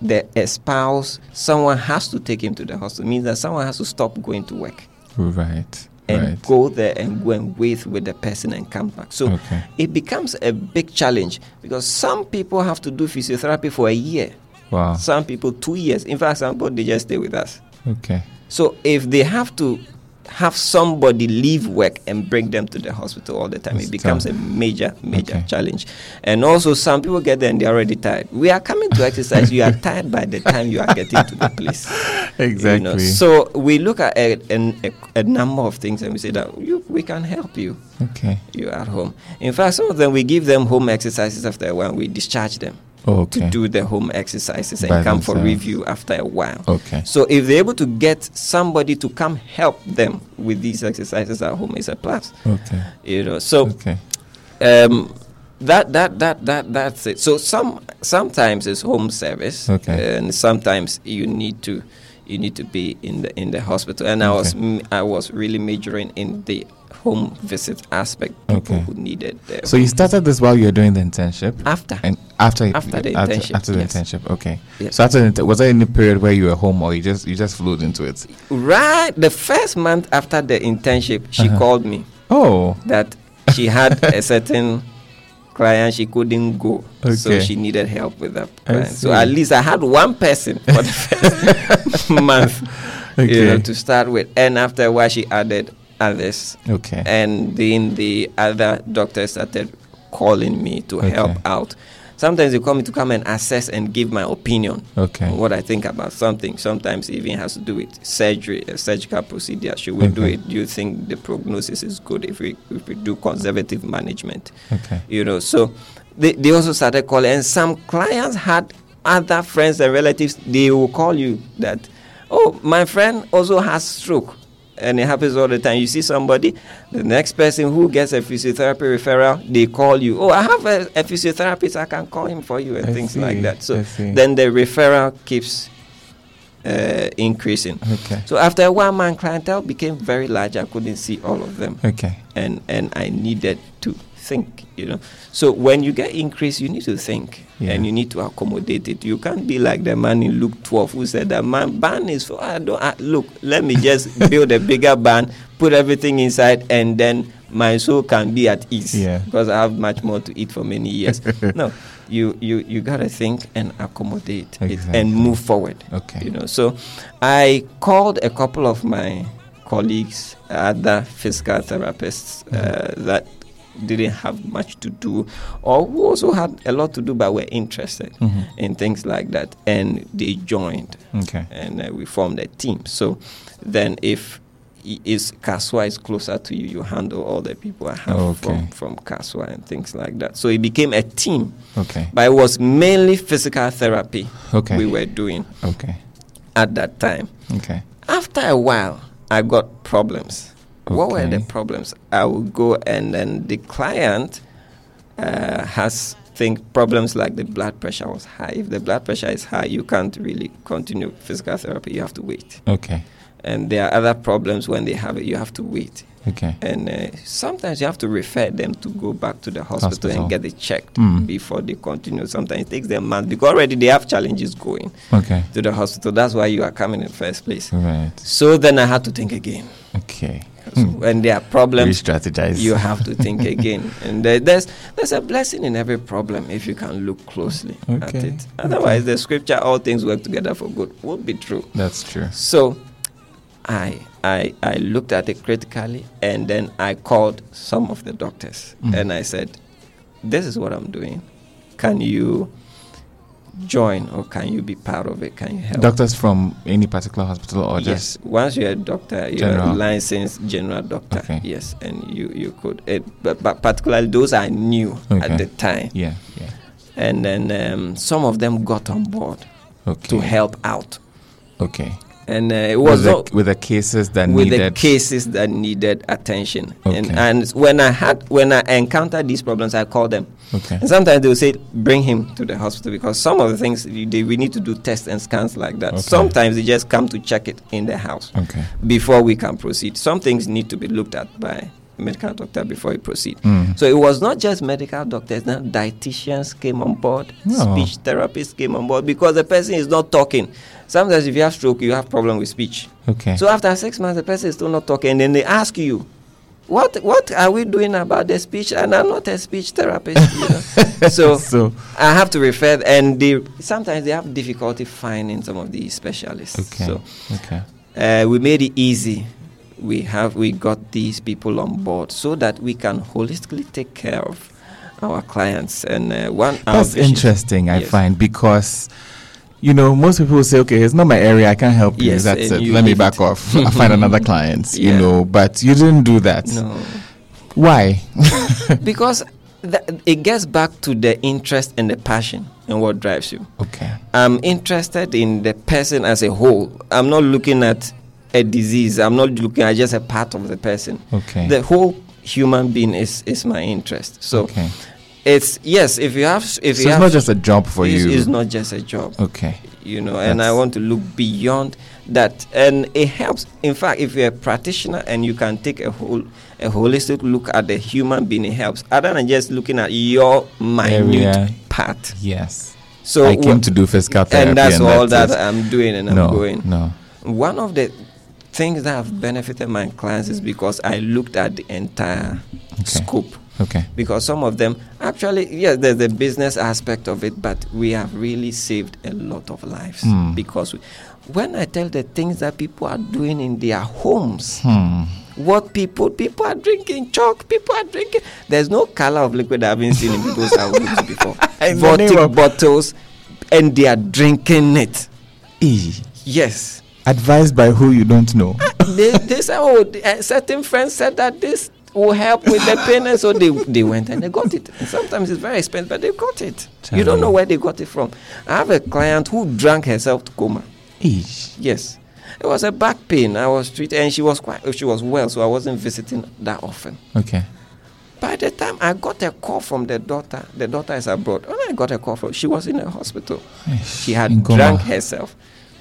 Speaker 5: the a spouse, someone has to take him to the hospital. Means that someone has to stop going to work
Speaker 1: Right.
Speaker 5: and
Speaker 1: right.
Speaker 5: go there and go and wait with the person and come back. So
Speaker 1: Okay.
Speaker 5: it becomes a big challenge because some people have to do physiotherapy for a year.
Speaker 1: Wow.
Speaker 5: Some people two years. In fact, some people they just stay with us.
Speaker 1: Okay.
Speaker 5: So if they have to have somebody leave work and bring them to the hospital all the time,
Speaker 1: It's
Speaker 5: it becomes
Speaker 1: tough.
Speaker 5: a major, major
Speaker 1: Okay.
Speaker 5: challenge. And also, some people get there and they're already tired. We are coming to exercise. you are tired by the time you are getting to the place.
Speaker 1: (laughs)
Speaker 5: You know,
Speaker 1: Exactly.
Speaker 5: So we look at a, an- a, a number of things and we say that you, we can help you.
Speaker 1: Okay.
Speaker 5: You are at home. In fact, some of them we give them home exercises after a while. We discharge them
Speaker 1: Oh, okay.
Speaker 5: to do the home exercises and
Speaker 1: By
Speaker 5: come for
Speaker 1: themselves.
Speaker 5: review after a while.
Speaker 1: Okay.
Speaker 5: So if they're able to get somebody to come help them with these exercises at home, it's a plus.
Speaker 1: Okay.
Speaker 5: You know. So
Speaker 1: Okay.
Speaker 5: um, that that that that that's it. So some sometimes it's home service,
Speaker 1: Okay.
Speaker 5: and sometimes you need to you need to be in the in the hospital. And I was
Speaker 1: Okay.
Speaker 5: m- I was really majoring in the home visit aspect. People
Speaker 1: Okay.
Speaker 5: who needed. the
Speaker 1: So you
Speaker 5: home
Speaker 1: started this while you were doing the internship.
Speaker 5: After.
Speaker 1: And after
Speaker 5: After the internship,
Speaker 1: After, the
Speaker 5: yes.
Speaker 1: internship. Okay.
Speaker 5: Yes.
Speaker 1: So after the, inter- was there any period where you were home or you just you just flowed into it?
Speaker 5: Right, the first month after the internship, she
Speaker 1: Uh-huh.
Speaker 5: called me
Speaker 1: Oh.
Speaker 5: that she had
Speaker 1: (laughs)
Speaker 5: a certain client she couldn't go, so
Speaker 1: Okay.
Speaker 5: she needed help with that.
Speaker 1: I
Speaker 5: Client. So
Speaker 1: see.
Speaker 5: at least I had one person for the
Speaker 1: (laughs)
Speaker 5: first (laughs) month, you know,
Speaker 1: Okay.
Speaker 5: to start with, and after a while she added others,
Speaker 1: Okay.
Speaker 5: and then the other doctors started calling me to help
Speaker 1: Okay.
Speaker 5: out. Sometimes they call me to come and assess and give my opinion
Speaker 1: Okay.
Speaker 5: on what I think about something. Sometimes it even has to do with surgery, a surgical procedure. Should we do
Speaker 1: Okay.
Speaker 5: it? Do you think the prognosis is good if we if we do conservative management?
Speaker 1: Okay.
Speaker 5: You know, so they, they also started calling, and some clients had other friends and relatives. They will call you that, oh, my friend also has stroke, and it happens all the time. You see somebody, the next person who gets a physiotherapy referral, they call you, oh, I have a, a physiotherapist, I can call him for you, and
Speaker 1: I
Speaker 5: things like
Speaker 1: see,
Speaker 5: that. So
Speaker 1: I see.
Speaker 5: then the referral keeps uh, increasing.
Speaker 1: Okay.
Speaker 5: So after a while, my clientele became very large. I couldn't see all of them
Speaker 1: Okay.
Speaker 5: and and I needed to think, you know. So when you get increase, you need to think
Speaker 1: Yeah.
Speaker 5: and you need to accommodate it. You can't be like the man in Luke 12 who said that man ban is for I don't I, look. Let me
Speaker 1: (laughs)
Speaker 5: just build a bigger barn, put everything inside, and then my soul can be at ease
Speaker 1: Yeah.
Speaker 5: because I have much more to eat for
Speaker 1: (laughs)
Speaker 5: many years. no, you you you gotta think and accommodate it
Speaker 1: Exactly.
Speaker 5: and move forward.
Speaker 1: Okay.
Speaker 5: you know. So I called a couple of my colleagues, other physical therapists uh,
Speaker 1: Mm-hmm.
Speaker 5: that didn't have much to do or who also had a lot to do but were interested
Speaker 1: Mhm.
Speaker 5: in things like that and they joined
Speaker 1: Okay.
Speaker 5: and uh, we formed a team so then if i- is Kaswa is closer to you you handle all the people I have
Speaker 1: Okay.
Speaker 5: from, from Kaswa and things like that so it became a team
Speaker 1: Okay.
Speaker 5: but it was mainly physical therapy
Speaker 1: Okay.
Speaker 5: we were doing
Speaker 1: Okay.
Speaker 5: at that time
Speaker 1: Okay.
Speaker 5: after a while, I got problems. What were the
Speaker 1: Okay.
Speaker 5: problems? I would go and then the client uh, has think problems like the blood pressure was high. If the blood pressure is high, you can't really continue physical therapy. You have to wait.
Speaker 1: Okay.
Speaker 5: And there are other problems when they have it. You have to wait.
Speaker 1: Okay.
Speaker 5: And uh, sometimes you have to refer them to go back to the hospital,
Speaker 1: Hospital.
Speaker 5: and get it checked
Speaker 1: Mm.
Speaker 5: before they continue. Sometimes it takes them months because already they have challenges going
Speaker 1: Okay.
Speaker 5: to the hospital. That's why you are coming in the first place.
Speaker 1: Right.
Speaker 5: So then I had to think again.
Speaker 1: Okay.
Speaker 5: So when there are problems,
Speaker 1: Hmm. Re-strategize.
Speaker 5: you have to
Speaker 1: (laughs)
Speaker 5: think again. And there- there's there's a blessing in every problem if you can look closely at
Speaker 1: Okay,
Speaker 5: it. Otherwise, the scripture, all things work together for good, would be true.
Speaker 1: That's true.
Speaker 5: So I I I looked at it critically and then I called some of the doctors
Speaker 1: Mm.
Speaker 5: and I said, This is what I'm doing. Can you join or can you be part of it? Can you help?
Speaker 1: Doctors from any particular hospital or
Speaker 5: yes.
Speaker 1: just
Speaker 5: Once you're a doctor, you're
Speaker 1: General.
Speaker 5: a licensed general doctor.
Speaker 1: Okay.
Speaker 5: Yes, and you you could, it, but, but particularly those I knew
Speaker 1: Okay.
Speaker 5: at the time,
Speaker 1: yeah, yeah.
Speaker 5: and then um, some of them got on board
Speaker 1: Okay.
Speaker 5: to help out,
Speaker 1: Okay.
Speaker 5: and uh, it was
Speaker 1: with, the,
Speaker 5: not-
Speaker 1: with the cases that
Speaker 5: with
Speaker 1: needed
Speaker 5: the cases that needed attention. And,
Speaker 1: Okay.
Speaker 5: and when I had when I encountered these problems, I called them.
Speaker 1: Okay.
Speaker 5: And sometimes they will say, "Bring him to the hospital," because some of the things you, they, we need to do tests and scans like that.
Speaker 1: Okay.
Speaker 5: Sometimes they just come to check it in the house
Speaker 1: Okay.
Speaker 5: before we can proceed. Some things need to be looked at by medical doctor before we proceed.
Speaker 1: Mm.
Speaker 5: So it was not just medical doctors. Now dietitians came on board,
Speaker 1: No.
Speaker 5: speech therapists came on board because the person is not talking. Sometimes if you have stroke, you have problem with speech.
Speaker 1: Okay.
Speaker 5: So after six months, the person is still not talking, and then they ask you, "What what are we doing about the speech?" And I'm not a speech therapist, you
Speaker 1: (laughs)
Speaker 5: know. so,
Speaker 1: So-
Speaker 5: I have to refer, and they sometimes they have difficulty finding some of these specialists.
Speaker 1: okay.
Speaker 5: So
Speaker 1: okay.
Speaker 5: uh, we made it easy. We have we got these people on board so that we can holistically take care of our clients. And uh, one our
Speaker 1: That's
Speaker 5: vision-
Speaker 1: interesting. I
Speaker 5: Yes.
Speaker 1: find because. You know, most people will say, "Okay, it's not my area. I can't help
Speaker 5: Yes,
Speaker 1: you. That's it.
Speaker 5: and you
Speaker 1: Let me
Speaker 5: leave
Speaker 1: back
Speaker 5: it. (laughs)
Speaker 1: off. I find another client." You
Speaker 5: Yeah.
Speaker 1: know, but you didn't do that.
Speaker 5: No.
Speaker 1: Why?
Speaker 5: because th- it gets back to the interest and the passion and what drives you.
Speaker 1: okay.
Speaker 5: I'm interested in the person as a whole. I'm not looking at a disease. I'm not looking at just a part of the person.
Speaker 1: Okay.
Speaker 5: The whole human being is is my interest. So
Speaker 1: okay.
Speaker 5: it's yes. If you have, if
Speaker 1: So
Speaker 5: you
Speaker 1: it's
Speaker 5: have,
Speaker 1: not just a job for
Speaker 5: it's,
Speaker 1: you.
Speaker 5: It's not just a job
Speaker 1: Okay.
Speaker 5: you know and i
Speaker 1: That's-
Speaker 5: want to look beyond that and it helps in fact if you're a practitioner and you can take a whole a holistic look at the human being it helps other than just looking at your minute
Speaker 1: Area.
Speaker 5: part
Speaker 1: Yes.
Speaker 5: so
Speaker 1: I came
Speaker 5: wh-
Speaker 1: to do physical therapy,
Speaker 5: and that's
Speaker 1: and
Speaker 5: all
Speaker 1: that's
Speaker 5: that
Speaker 1: it.
Speaker 5: i'm doing and
Speaker 1: no.
Speaker 5: i'm going
Speaker 1: No.
Speaker 5: one of the things that have benefited my clients is because i looked at the entire scope
Speaker 1: Okay.
Speaker 5: because some of them actually yes there's the business aspect of it but we have really saved a lot of lives
Speaker 1: Hmm.
Speaker 5: because we, when i tell the things that people are doing in their homes
Speaker 1: Hmm.
Speaker 5: what people people are drinking chalk people are drinking there's no color of liquid i haven't seen in
Speaker 1: (laughs)
Speaker 5: people's houses before
Speaker 1: In the name
Speaker 5: Vortic
Speaker 1: of-
Speaker 5: bottles and they are drinking it
Speaker 1: E.
Speaker 5: yes
Speaker 1: Advised by who you don't know.
Speaker 5: they, they said, oh, th- a certain friend said that this will help with the pain, and so they, they went and they got it. And sometimes it's very expensive, but they got it. you don't know where they got it from. I have a client who drank herself to coma.
Speaker 1: Eesh.
Speaker 5: Yes, it was a back pain. I was treated, and she was quite, she was well, so I wasn't visiting that often.
Speaker 1: Okay.
Speaker 5: By the time I got a call from the daughter, the daughter is abroad. When I got a call from, she was in a hospital. She had
Speaker 1: in coma.
Speaker 5: drunk herself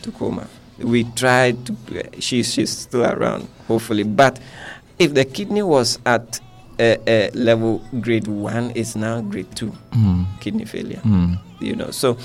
Speaker 5: to coma. We tried to. She she's still around, hopefully. But if the kidney was at uh, uh, level grade one is now grade two
Speaker 1: Mm.
Speaker 5: kidney failure.
Speaker 1: Mm.
Speaker 5: You know, so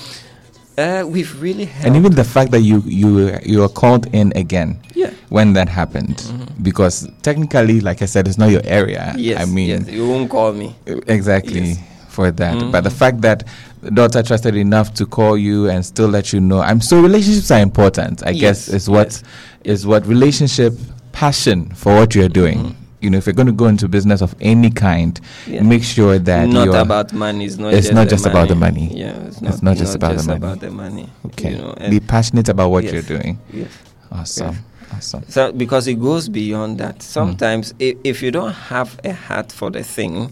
Speaker 5: uh, we've really helped.
Speaker 1: And even the fact that you you were- you were called in again
Speaker 5: Yeah. Mm-hmm.
Speaker 1: when that happened, because technically, like I said, it's not your area.
Speaker 5: yes,
Speaker 1: I mean,
Speaker 5: yes, you won't call me.
Speaker 1: exactly for that. But the
Speaker 5: Mhm.
Speaker 1: fact that the daughter trusted enough to call you and still let you know, I'm so relationships are important. I guess
Speaker 5: Yes,
Speaker 1: is what is what relationship passion for what you're doing. You know, if you're going to go into business of any kind,
Speaker 5: Mm-hmm. Yeah.
Speaker 1: make sure that
Speaker 5: not
Speaker 1: you're-
Speaker 5: about money. It's not.
Speaker 1: it's
Speaker 5: just
Speaker 1: not
Speaker 5: the
Speaker 1: just about the money.
Speaker 5: Yeah, it's
Speaker 1: not,
Speaker 5: not,
Speaker 1: just, about,
Speaker 5: just
Speaker 1: the money.
Speaker 5: about the money.
Speaker 1: Okay,
Speaker 5: you know,
Speaker 1: be
Speaker 5: and-
Speaker 1: passionate about what
Speaker 5: Yes,
Speaker 1: you're doing.
Speaker 5: Yes.
Speaker 1: Awesome. Awesome. Hmm.
Speaker 5: So because it goes beyond that. Sometimes if, if you don't have a heart for the thing,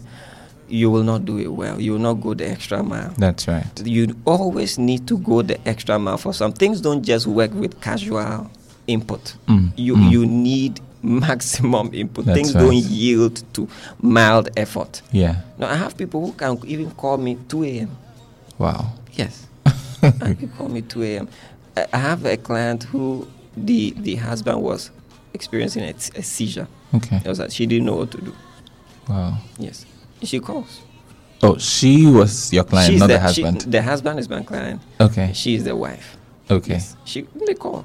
Speaker 5: you will not do it well. You will not go the extra mile.
Speaker 1: That's right.
Speaker 5: You always need to go the extra mile for some things don't just work with casual input.
Speaker 1: Mm,
Speaker 5: You
Speaker 1: mm.
Speaker 5: you need (laughs) maximum input.
Speaker 1: That's
Speaker 5: things
Speaker 1: right.
Speaker 5: don't yield to mild effort.
Speaker 1: Yeah.
Speaker 5: Now I have people who can even call me two AM.
Speaker 1: Wow.
Speaker 5: Yes. and you call me 2 a.m. I I have a client who the the husband was experiencing a, a seizure.
Speaker 1: Okay.
Speaker 5: It was that she didn't know what to do.
Speaker 1: Wow.
Speaker 5: Yes. She calls.
Speaker 1: Oh, she was your client,
Speaker 5: She's
Speaker 1: not the,
Speaker 5: she-
Speaker 1: husband.
Speaker 5: the husband is my client.
Speaker 1: Okay.
Speaker 5: She is the wife.
Speaker 1: okay.
Speaker 5: She they
Speaker 1: (laughs)
Speaker 5: call.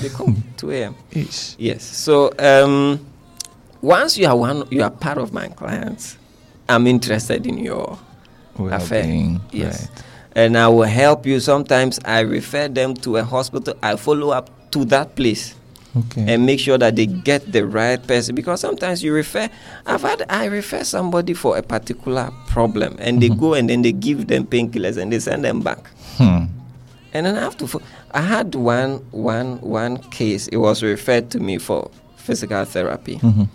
Speaker 5: They call 2 a.m.
Speaker 1: Ish.
Speaker 5: Yes. So um, once you are one, you are part of my clients. I'm interested in your affair.
Speaker 1: Well-being,
Speaker 5: Yes. And I will help you. Sometimes I refer them to a hospital. I follow up to that place
Speaker 1: Okay.
Speaker 5: and make sure that they get the right person. Because sometimes you refer. I've had I refer somebody for a particular problem, and they go and then they give them painkillers and they send them back.
Speaker 1: Hmm.
Speaker 5: And then I have to. Fo- I had one, one, one case. It was referred to me for physical therapy,
Speaker 1: Mhm.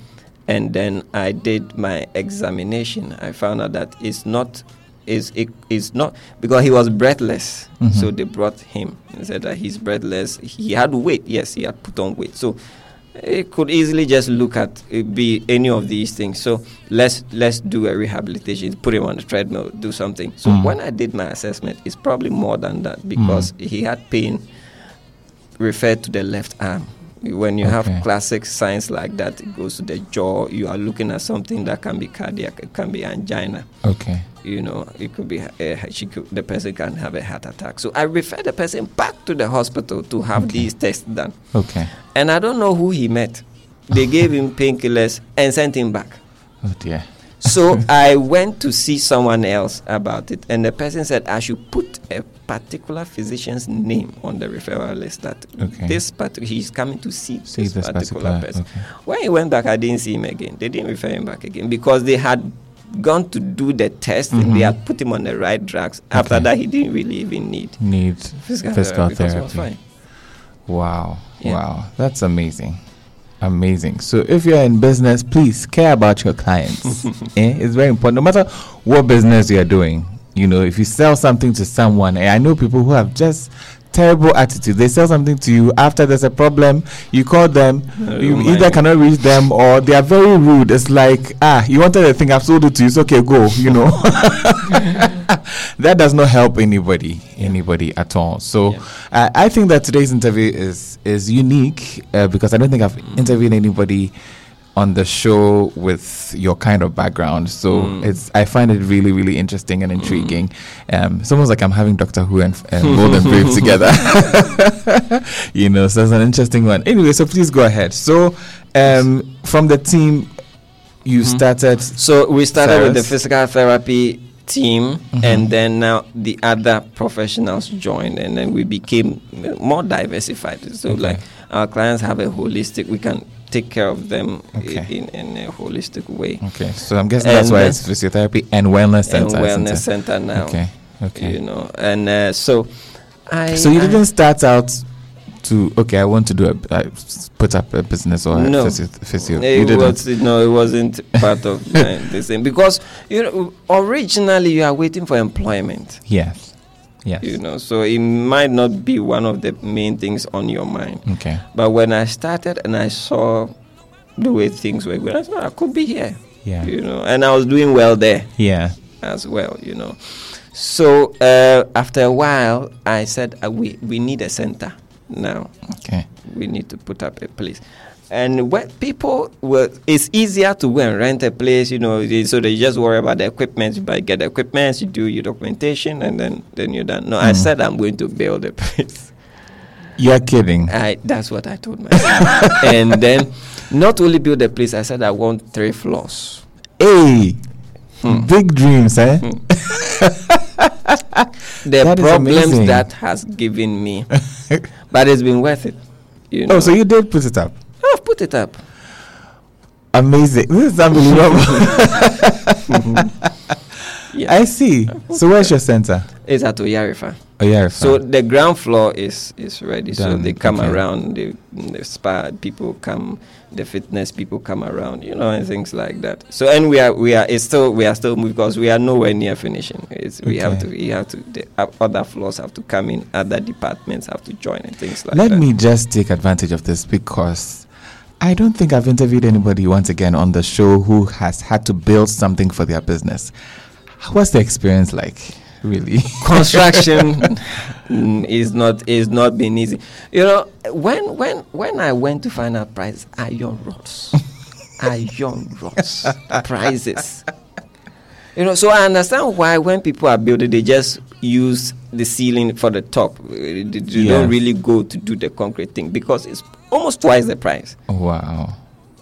Speaker 5: and then I did my examination. I found out that it's not, is it is not because he was breathless.
Speaker 1: Mhm.
Speaker 5: So they brought him and said that he's breathless. He had weight. Yes, he had put on weight. So it could easily just look at it be any of these things. So let's let's do a rehabilitation. Put him on the treadmill. Do something. So
Speaker 1: Mm.
Speaker 5: when I did my assessment, it's probably more than that because he had pain referred to the left arm. When you
Speaker 1: Okay.
Speaker 5: have classic signs like that, it goes to the jaw. You are looking at something that can be cardiac, it can be angina.
Speaker 1: Okay.
Speaker 5: You know, it could be uh, she could, the person can have a heart attack. So I refer the person back to the hospital to have these tests done.
Speaker 1: Okay.
Speaker 5: And I don't know who he met. They gave him painkillers and sent him back.
Speaker 1: Oh dear. (laughs)
Speaker 5: So I went to see someone else about it, and the person said I should put a particular physician's name on the referral list that
Speaker 1: Okay.
Speaker 5: this part he's coming to see,
Speaker 1: See
Speaker 5: this,
Speaker 1: this
Speaker 5: particular,
Speaker 1: particular-
Speaker 5: person.
Speaker 1: okay.
Speaker 5: When he went back, I didn't see him again. They didn't refer him back again because they had gone to do the test and they
Speaker 1: Mhm.
Speaker 5: had put him on the right drugs. After
Speaker 1: Okay.
Speaker 5: that, he didn't really even need
Speaker 1: Need
Speaker 5: physical,
Speaker 1: physical
Speaker 5: therapy. because he was
Speaker 1: therapy.
Speaker 5: fine.
Speaker 1: Wow.
Speaker 5: Yeah.
Speaker 1: Wow. That's amazing. Amazing. So if you're in business, please care about your
Speaker 5: (laughs)
Speaker 1: clients. eh? It's very important. No matter what business you're doing, you know, if you sell something to someone, and I know people who have just terrible attitude. They sell something to you after there's a problem, you call them,
Speaker 5: No,
Speaker 1: you
Speaker 5: you
Speaker 1: either
Speaker 5: mind.
Speaker 1: cannot reach them or they are very rude. It's like, ah, you wanted a thing, I've sold it to you, it's okay, go, you
Speaker 5: (laughs)
Speaker 1: know. (laughs) that does not help anybody anybody at all so I, I think that today's interview is is unique uh, because i don't think i've interviewed anybody on the show with your kind of background so it's i find it really really interesting and intriguing um it's almost like i'm having doctor who and, and (laughs) golden brave together you know so that's an interesting one anyway so please go ahead so um from the team you started
Speaker 5: Mm-hmm. So we started with the
Speaker 1: Cyrus?
Speaker 5: physical therapy team,
Speaker 1: Mhm.
Speaker 5: and then now the other professionals joined, and then we became uh, more diversified. So
Speaker 1: Okay.
Speaker 5: like our clients have a holistic, we can take care of them i-
Speaker 1: Okay.
Speaker 5: in, in a holistic way.
Speaker 1: Okay, so I'm guessing that's
Speaker 5: And
Speaker 1: why
Speaker 5: then-
Speaker 1: it's physiotherapy and wellness
Speaker 5: And
Speaker 1: center. isn't
Speaker 5: wellness
Speaker 1: it?
Speaker 5: center now.
Speaker 1: Okay, okay.
Speaker 5: You know, and uh, so I.
Speaker 1: so you
Speaker 5: I-
Speaker 1: didn't start out to okay, I want to do a I s- put up a business or
Speaker 5: No.
Speaker 1: a physio. physio.
Speaker 5: It
Speaker 1: you didn't.
Speaker 5: was, no, it wasn't part of
Speaker 1: (laughs)
Speaker 5: my, the same because you know originally you are waiting for employment.
Speaker 1: yes, yes.
Speaker 5: you know so it might not be one of the main things on your mind
Speaker 1: okay,
Speaker 5: but when i started and i saw the way things were going i thought "Ah, i could be here
Speaker 1: Yeah.
Speaker 5: you know and i was doing well there
Speaker 1: yeah.
Speaker 5: as well you know so uh, after a while i said uh, we, we need a center now.
Speaker 1: Okay.
Speaker 5: We need to put up a place. And when people were, it's easier to go and rent a place, you know, they, so they just worry about the equipment. You buy, get the equipment, you do your documentation, and then, then you're done. No, I
Speaker 1: Mm.
Speaker 5: said I'm going to build a (laughs) place.
Speaker 1: You're kidding.
Speaker 5: I, that's what I told myself. (laughs) and then, not only build a place, I said I want three floors.
Speaker 1: Hey, big dreams, eh?
Speaker 5: the
Speaker 1: That is amazing.
Speaker 5: problems that has
Speaker 1: (laughs)
Speaker 5: given me, but it's been worth it. You know,
Speaker 1: Oh, so you did put it up.
Speaker 5: I've put it up.
Speaker 1: Amazing. This is (laughs)
Speaker 5: (laughs)
Speaker 1: unbelievable. I see. So where's your center?
Speaker 5: It's at Oyarifa.
Speaker 1: Oyarifa.
Speaker 5: So the ground floor is is ready. So
Speaker 1: Done.
Speaker 5: they come
Speaker 1: Okay.
Speaker 5: around. The, the spa people come. The fitness people come around. You know, and things like that. So and we are we are it's still we are still because we are nowhere near finishing. It's, We have to
Speaker 1: Okay.
Speaker 5: we have to the o- other floors have to come in. Other departments have to join and things like
Speaker 1: Let
Speaker 5: that.
Speaker 1: me just take advantage of this because I don't think I've interviewed anybody once again on the show who has had to build something for their business. What's the experience like, really?
Speaker 5: construction mm, is not is not been easy. You know, when when when I went to find out prices, iron rods, iron rods prices. You know, so I understand why when people are building, they just use the ceiling for the top. Uh, They, they
Speaker 1: Yes.
Speaker 5: don't really go to do the concrete thing because it's almost twice the price.
Speaker 1: wow.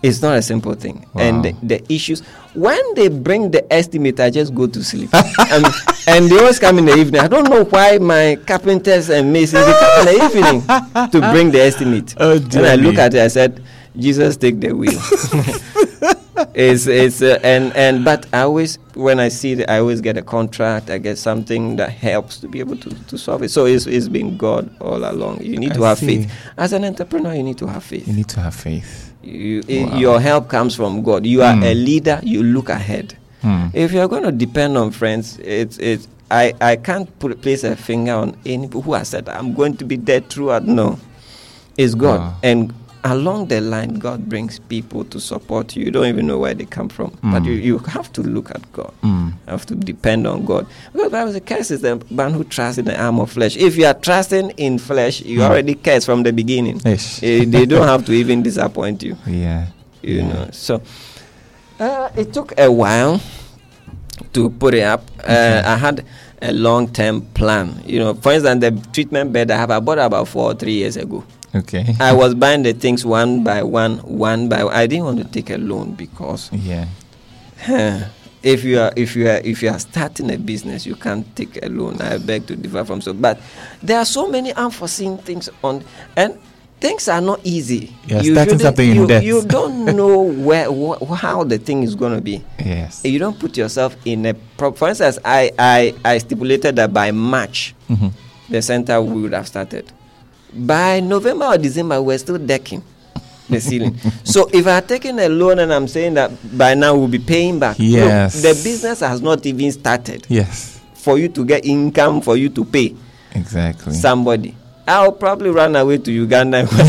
Speaker 5: It's not a simple thing. And the,
Speaker 1: Wow.
Speaker 5: the issues, when they bring the estimate, I just go to sleep. (laughs) and, and they always come in the evening. I don't know why my carpenters and masons they come in the evening to bring the estimate.
Speaker 1: Oh,
Speaker 5: and
Speaker 1: dear
Speaker 5: I look
Speaker 1: me.
Speaker 5: at it, I said, Jesus, take the
Speaker 1: (laughs)
Speaker 5: wheel. it's it's uh, and and but I always when I see it, I always get a contract. I get something that helps to be able to, to solve it. So it's it's been God all along. You need
Speaker 1: I
Speaker 5: to have
Speaker 1: see.
Speaker 5: faith as an entrepreneur. You need to have faith.
Speaker 1: You need to have faith.
Speaker 5: You, i-
Speaker 1: Wow.
Speaker 5: Your help comes from God. You are
Speaker 1: Hmm.
Speaker 5: a leader. You look ahead.
Speaker 1: Hmm.
Speaker 5: If you are going to depend on friends, it's it's. I, I can't put, place a finger on any who has said I'm going to be there throughout. No, it's God,
Speaker 1: Wow.
Speaker 5: and along the line, God brings people to support you. You don't even know where they come from, but
Speaker 1: Hmm.
Speaker 5: you, you have to look at God.
Speaker 1: Hmm.
Speaker 5: You have to depend on God because Bible says, "Curse is the man who trusts in the arm of flesh." If you are trusting in flesh, you
Speaker 1: Hmm.
Speaker 5: already curse from the beginning.
Speaker 1: Ish.
Speaker 5: Eh, they don't have to even disappoint you
Speaker 1: (laughs) Yeah.
Speaker 5: you
Speaker 1: yeah.
Speaker 5: know so uh, it took a while to put it up uh,
Speaker 1: Mm-hmm.
Speaker 5: i had a long-term plan you know for instance the treatment bed i have i bought about four or three years ago
Speaker 1: Okay.
Speaker 5: i was buying the things one by one one by one. i didn't want to take a loan because
Speaker 1: yeah.
Speaker 5: huh, if you are if you are if you are starting a business you can't take a loan i beg to differ from so but there are so many unforeseen things on and things are not easy
Speaker 1: You're starting
Speaker 5: shouldn't-
Speaker 1: something in
Speaker 5: you,
Speaker 1: debt.
Speaker 5: you don't know where wh- how the thing is going to be
Speaker 1: Yes.
Speaker 5: you don't put yourself in a pro- for instance i i i stipulated that by march
Speaker 1: Mhm.
Speaker 5: the center would have started by november or december we're still decking the ceiling so if i had taken a loan and i'm saying that by now we'll be paying back no,
Speaker 1: Yes.
Speaker 5: the business has not even started
Speaker 1: Yes.
Speaker 5: for you to get income for you to pay
Speaker 1: Exactly.
Speaker 5: somebody I'll probably run away to Uganda and (laughs) because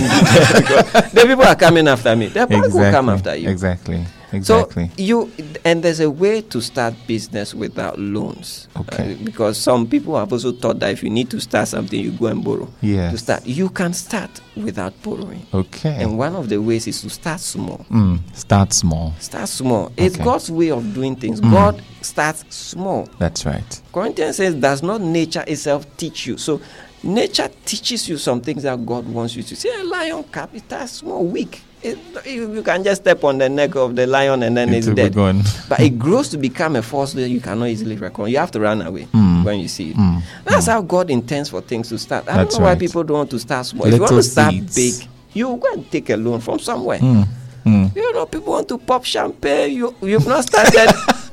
Speaker 5: the people are coming after me. They'll probably
Speaker 1: exactly.
Speaker 5: come after you.
Speaker 1: Exactly. Exactly.
Speaker 5: So you and there's a way to start business without loans.
Speaker 1: Okay.
Speaker 5: Uh, because some people have also thought that if you need to start something, you go and borrow.
Speaker 1: Yes.
Speaker 5: To start, you can start without borrowing.
Speaker 1: okay.
Speaker 5: And one of the ways is to start small.
Speaker 1: Mm, start small.
Speaker 5: Start small. It's
Speaker 1: Okay.
Speaker 5: God's way of doing things.
Speaker 1: Mm.
Speaker 5: God starts small.
Speaker 1: That's right.
Speaker 5: Corinthians says, "Does not nature itself teach you?" So, nature teaches you some things that God wants you to see. A lion cap, it has small, weak. It, you, you can just step on the neck of the lion and then it's
Speaker 1: It will be
Speaker 5: dead.
Speaker 1: gone. (laughs)
Speaker 5: but it grows to become a force that you cannot easily reckon. You have to run away
Speaker 1: Mm.
Speaker 5: when you see it.
Speaker 1: Mm.
Speaker 5: That's how God intends for things to start. I
Speaker 1: That's
Speaker 5: don't know
Speaker 1: right.
Speaker 5: why people don't want to start small. if you want
Speaker 1: Little
Speaker 5: to start
Speaker 1: seeds.
Speaker 5: big, you go and take a loan from somewhere.
Speaker 1: Mm, mm.
Speaker 5: You know, people want to pop champagne. You, you've not (laughs) started.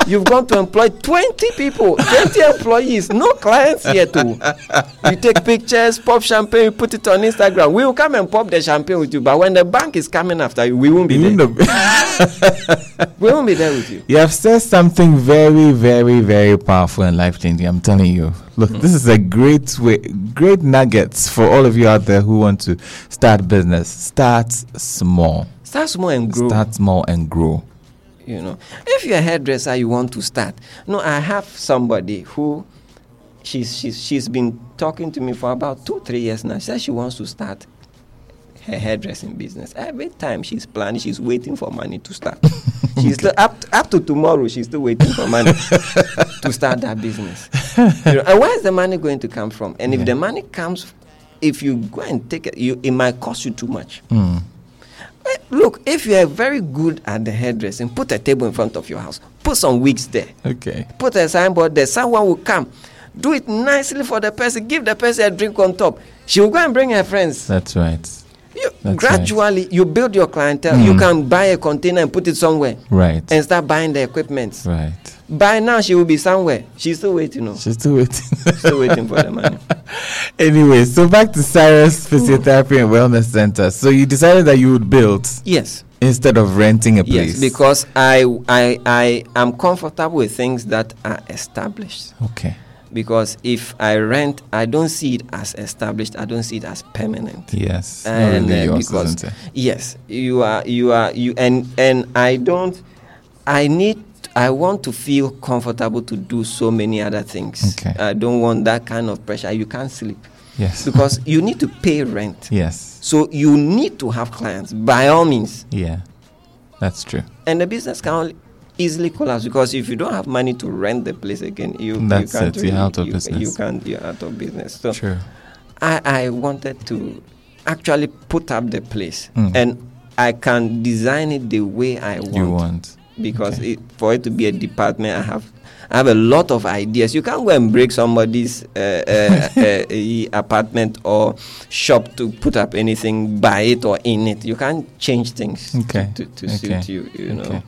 Speaker 5: you've gone to employ 20 people, 20 employees, no clients yet. Too. You take pictures, pop champagne, you put it on Instagram. We will come and pop the champagne with you. But when the bank is coming after you, we won't be
Speaker 1: You
Speaker 5: there.
Speaker 1: know-
Speaker 5: We won't be there with you.
Speaker 1: You have said something very, very, very powerful and life changing. I'm telling you. Look, this is a great way, great nuggets for all of you out there who want to start business. Start small.
Speaker 5: Start small and grow.
Speaker 1: Start small and grow.
Speaker 5: you know if you're a hairdresser you want to start no i have somebody who she's she's she's been talking to me for about two three years now she says she wants to start her hairdressing business. Every time she's planning, she's waiting for money to
Speaker 1: (laughs)
Speaker 5: start. She's still up up to tomorrow. She's still waiting for money to start that business. You know, and where is the money going to come from? And if the money comes, if you go and take it, you, it might cost you too much.
Speaker 1: Mm.
Speaker 5: Eh, Look, if you are very good at the hairdressing, put a table in front of your house. Put some wigs there.
Speaker 1: Okay.
Speaker 5: Put a signboard there. Someone will come. Do it nicely for the person. Give the person a drink on top. She will go and bring her friends.
Speaker 1: That's right.
Speaker 5: You,
Speaker 1: That's
Speaker 5: gradually, you build your clientele. You
Speaker 1: Mm.
Speaker 5: can buy a container and put it somewhere
Speaker 1: Right.
Speaker 5: and start buying the equipment.
Speaker 1: Right.
Speaker 5: By now, she will be somewhere. She's still waiting. No?
Speaker 1: She's still waiting.
Speaker 5: still waiting for the money.
Speaker 1: (laughs) anyway, so back to Cyrus Physiotherapy and Wellness Center. So you decided that you would build
Speaker 5: Yes.
Speaker 1: instead of renting a place.
Speaker 5: Yes, because I, I, I am comfortable with things that are established.
Speaker 1: okay.
Speaker 5: Because if I rent, I don't see it as established. I don't see it as permanent.
Speaker 1: Yes. not
Speaker 5: and
Speaker 1: really
Speaker 5: uh,
Speaker 1: yours,
Speaker 5: because
Speaker 1: isn't it?
Speaker 5: yes, you are you are you and and I don't. I need. I want to feel comfortable to do so many other things.
Speaker 1: Okay.
Speaker 5: I don't want that kind of pressure. You can't sleep.
Speaker 1: Yes.
Speaker 5: Because you need to
Speaker 1: (laughs)
Speaker 5: pay rent.
Speaker 1: Yes.
Speaker 5: So you need to have clients by all means.
Speaker 1: Yeah. That's true.
Speaker 5: and the business can only easily collapse because if you don't have money to rent the place again, you
Speaker 1: That's
Speaker 5: you can't
Speaker 1: it, you're out of
Speaker 5: you,
Speaker 1: business.
Speaker 5: You can't. You're out of business. So
Speaker 1: True.
Speaker 5: I I wanted to actually put up the place,
Speaker 1: Mm.
Speaker 5: and I can design it the way I want.
Speaker 1: You want.
Speaker 5: because it, for it to be a department, I have. I have a lot of ideas. You can't go and break somebody's
Speaker 1: (laughs)
Speaker 5: uh, uh, uh, e- apartment or shop to put up anything by it or in it. You can't change things
Speaker 1: Okay.
Speaker 5: to, to, to
Speaker 1: Okay.
Speaker 5: suit you. You know.
Speaker 1: Okay.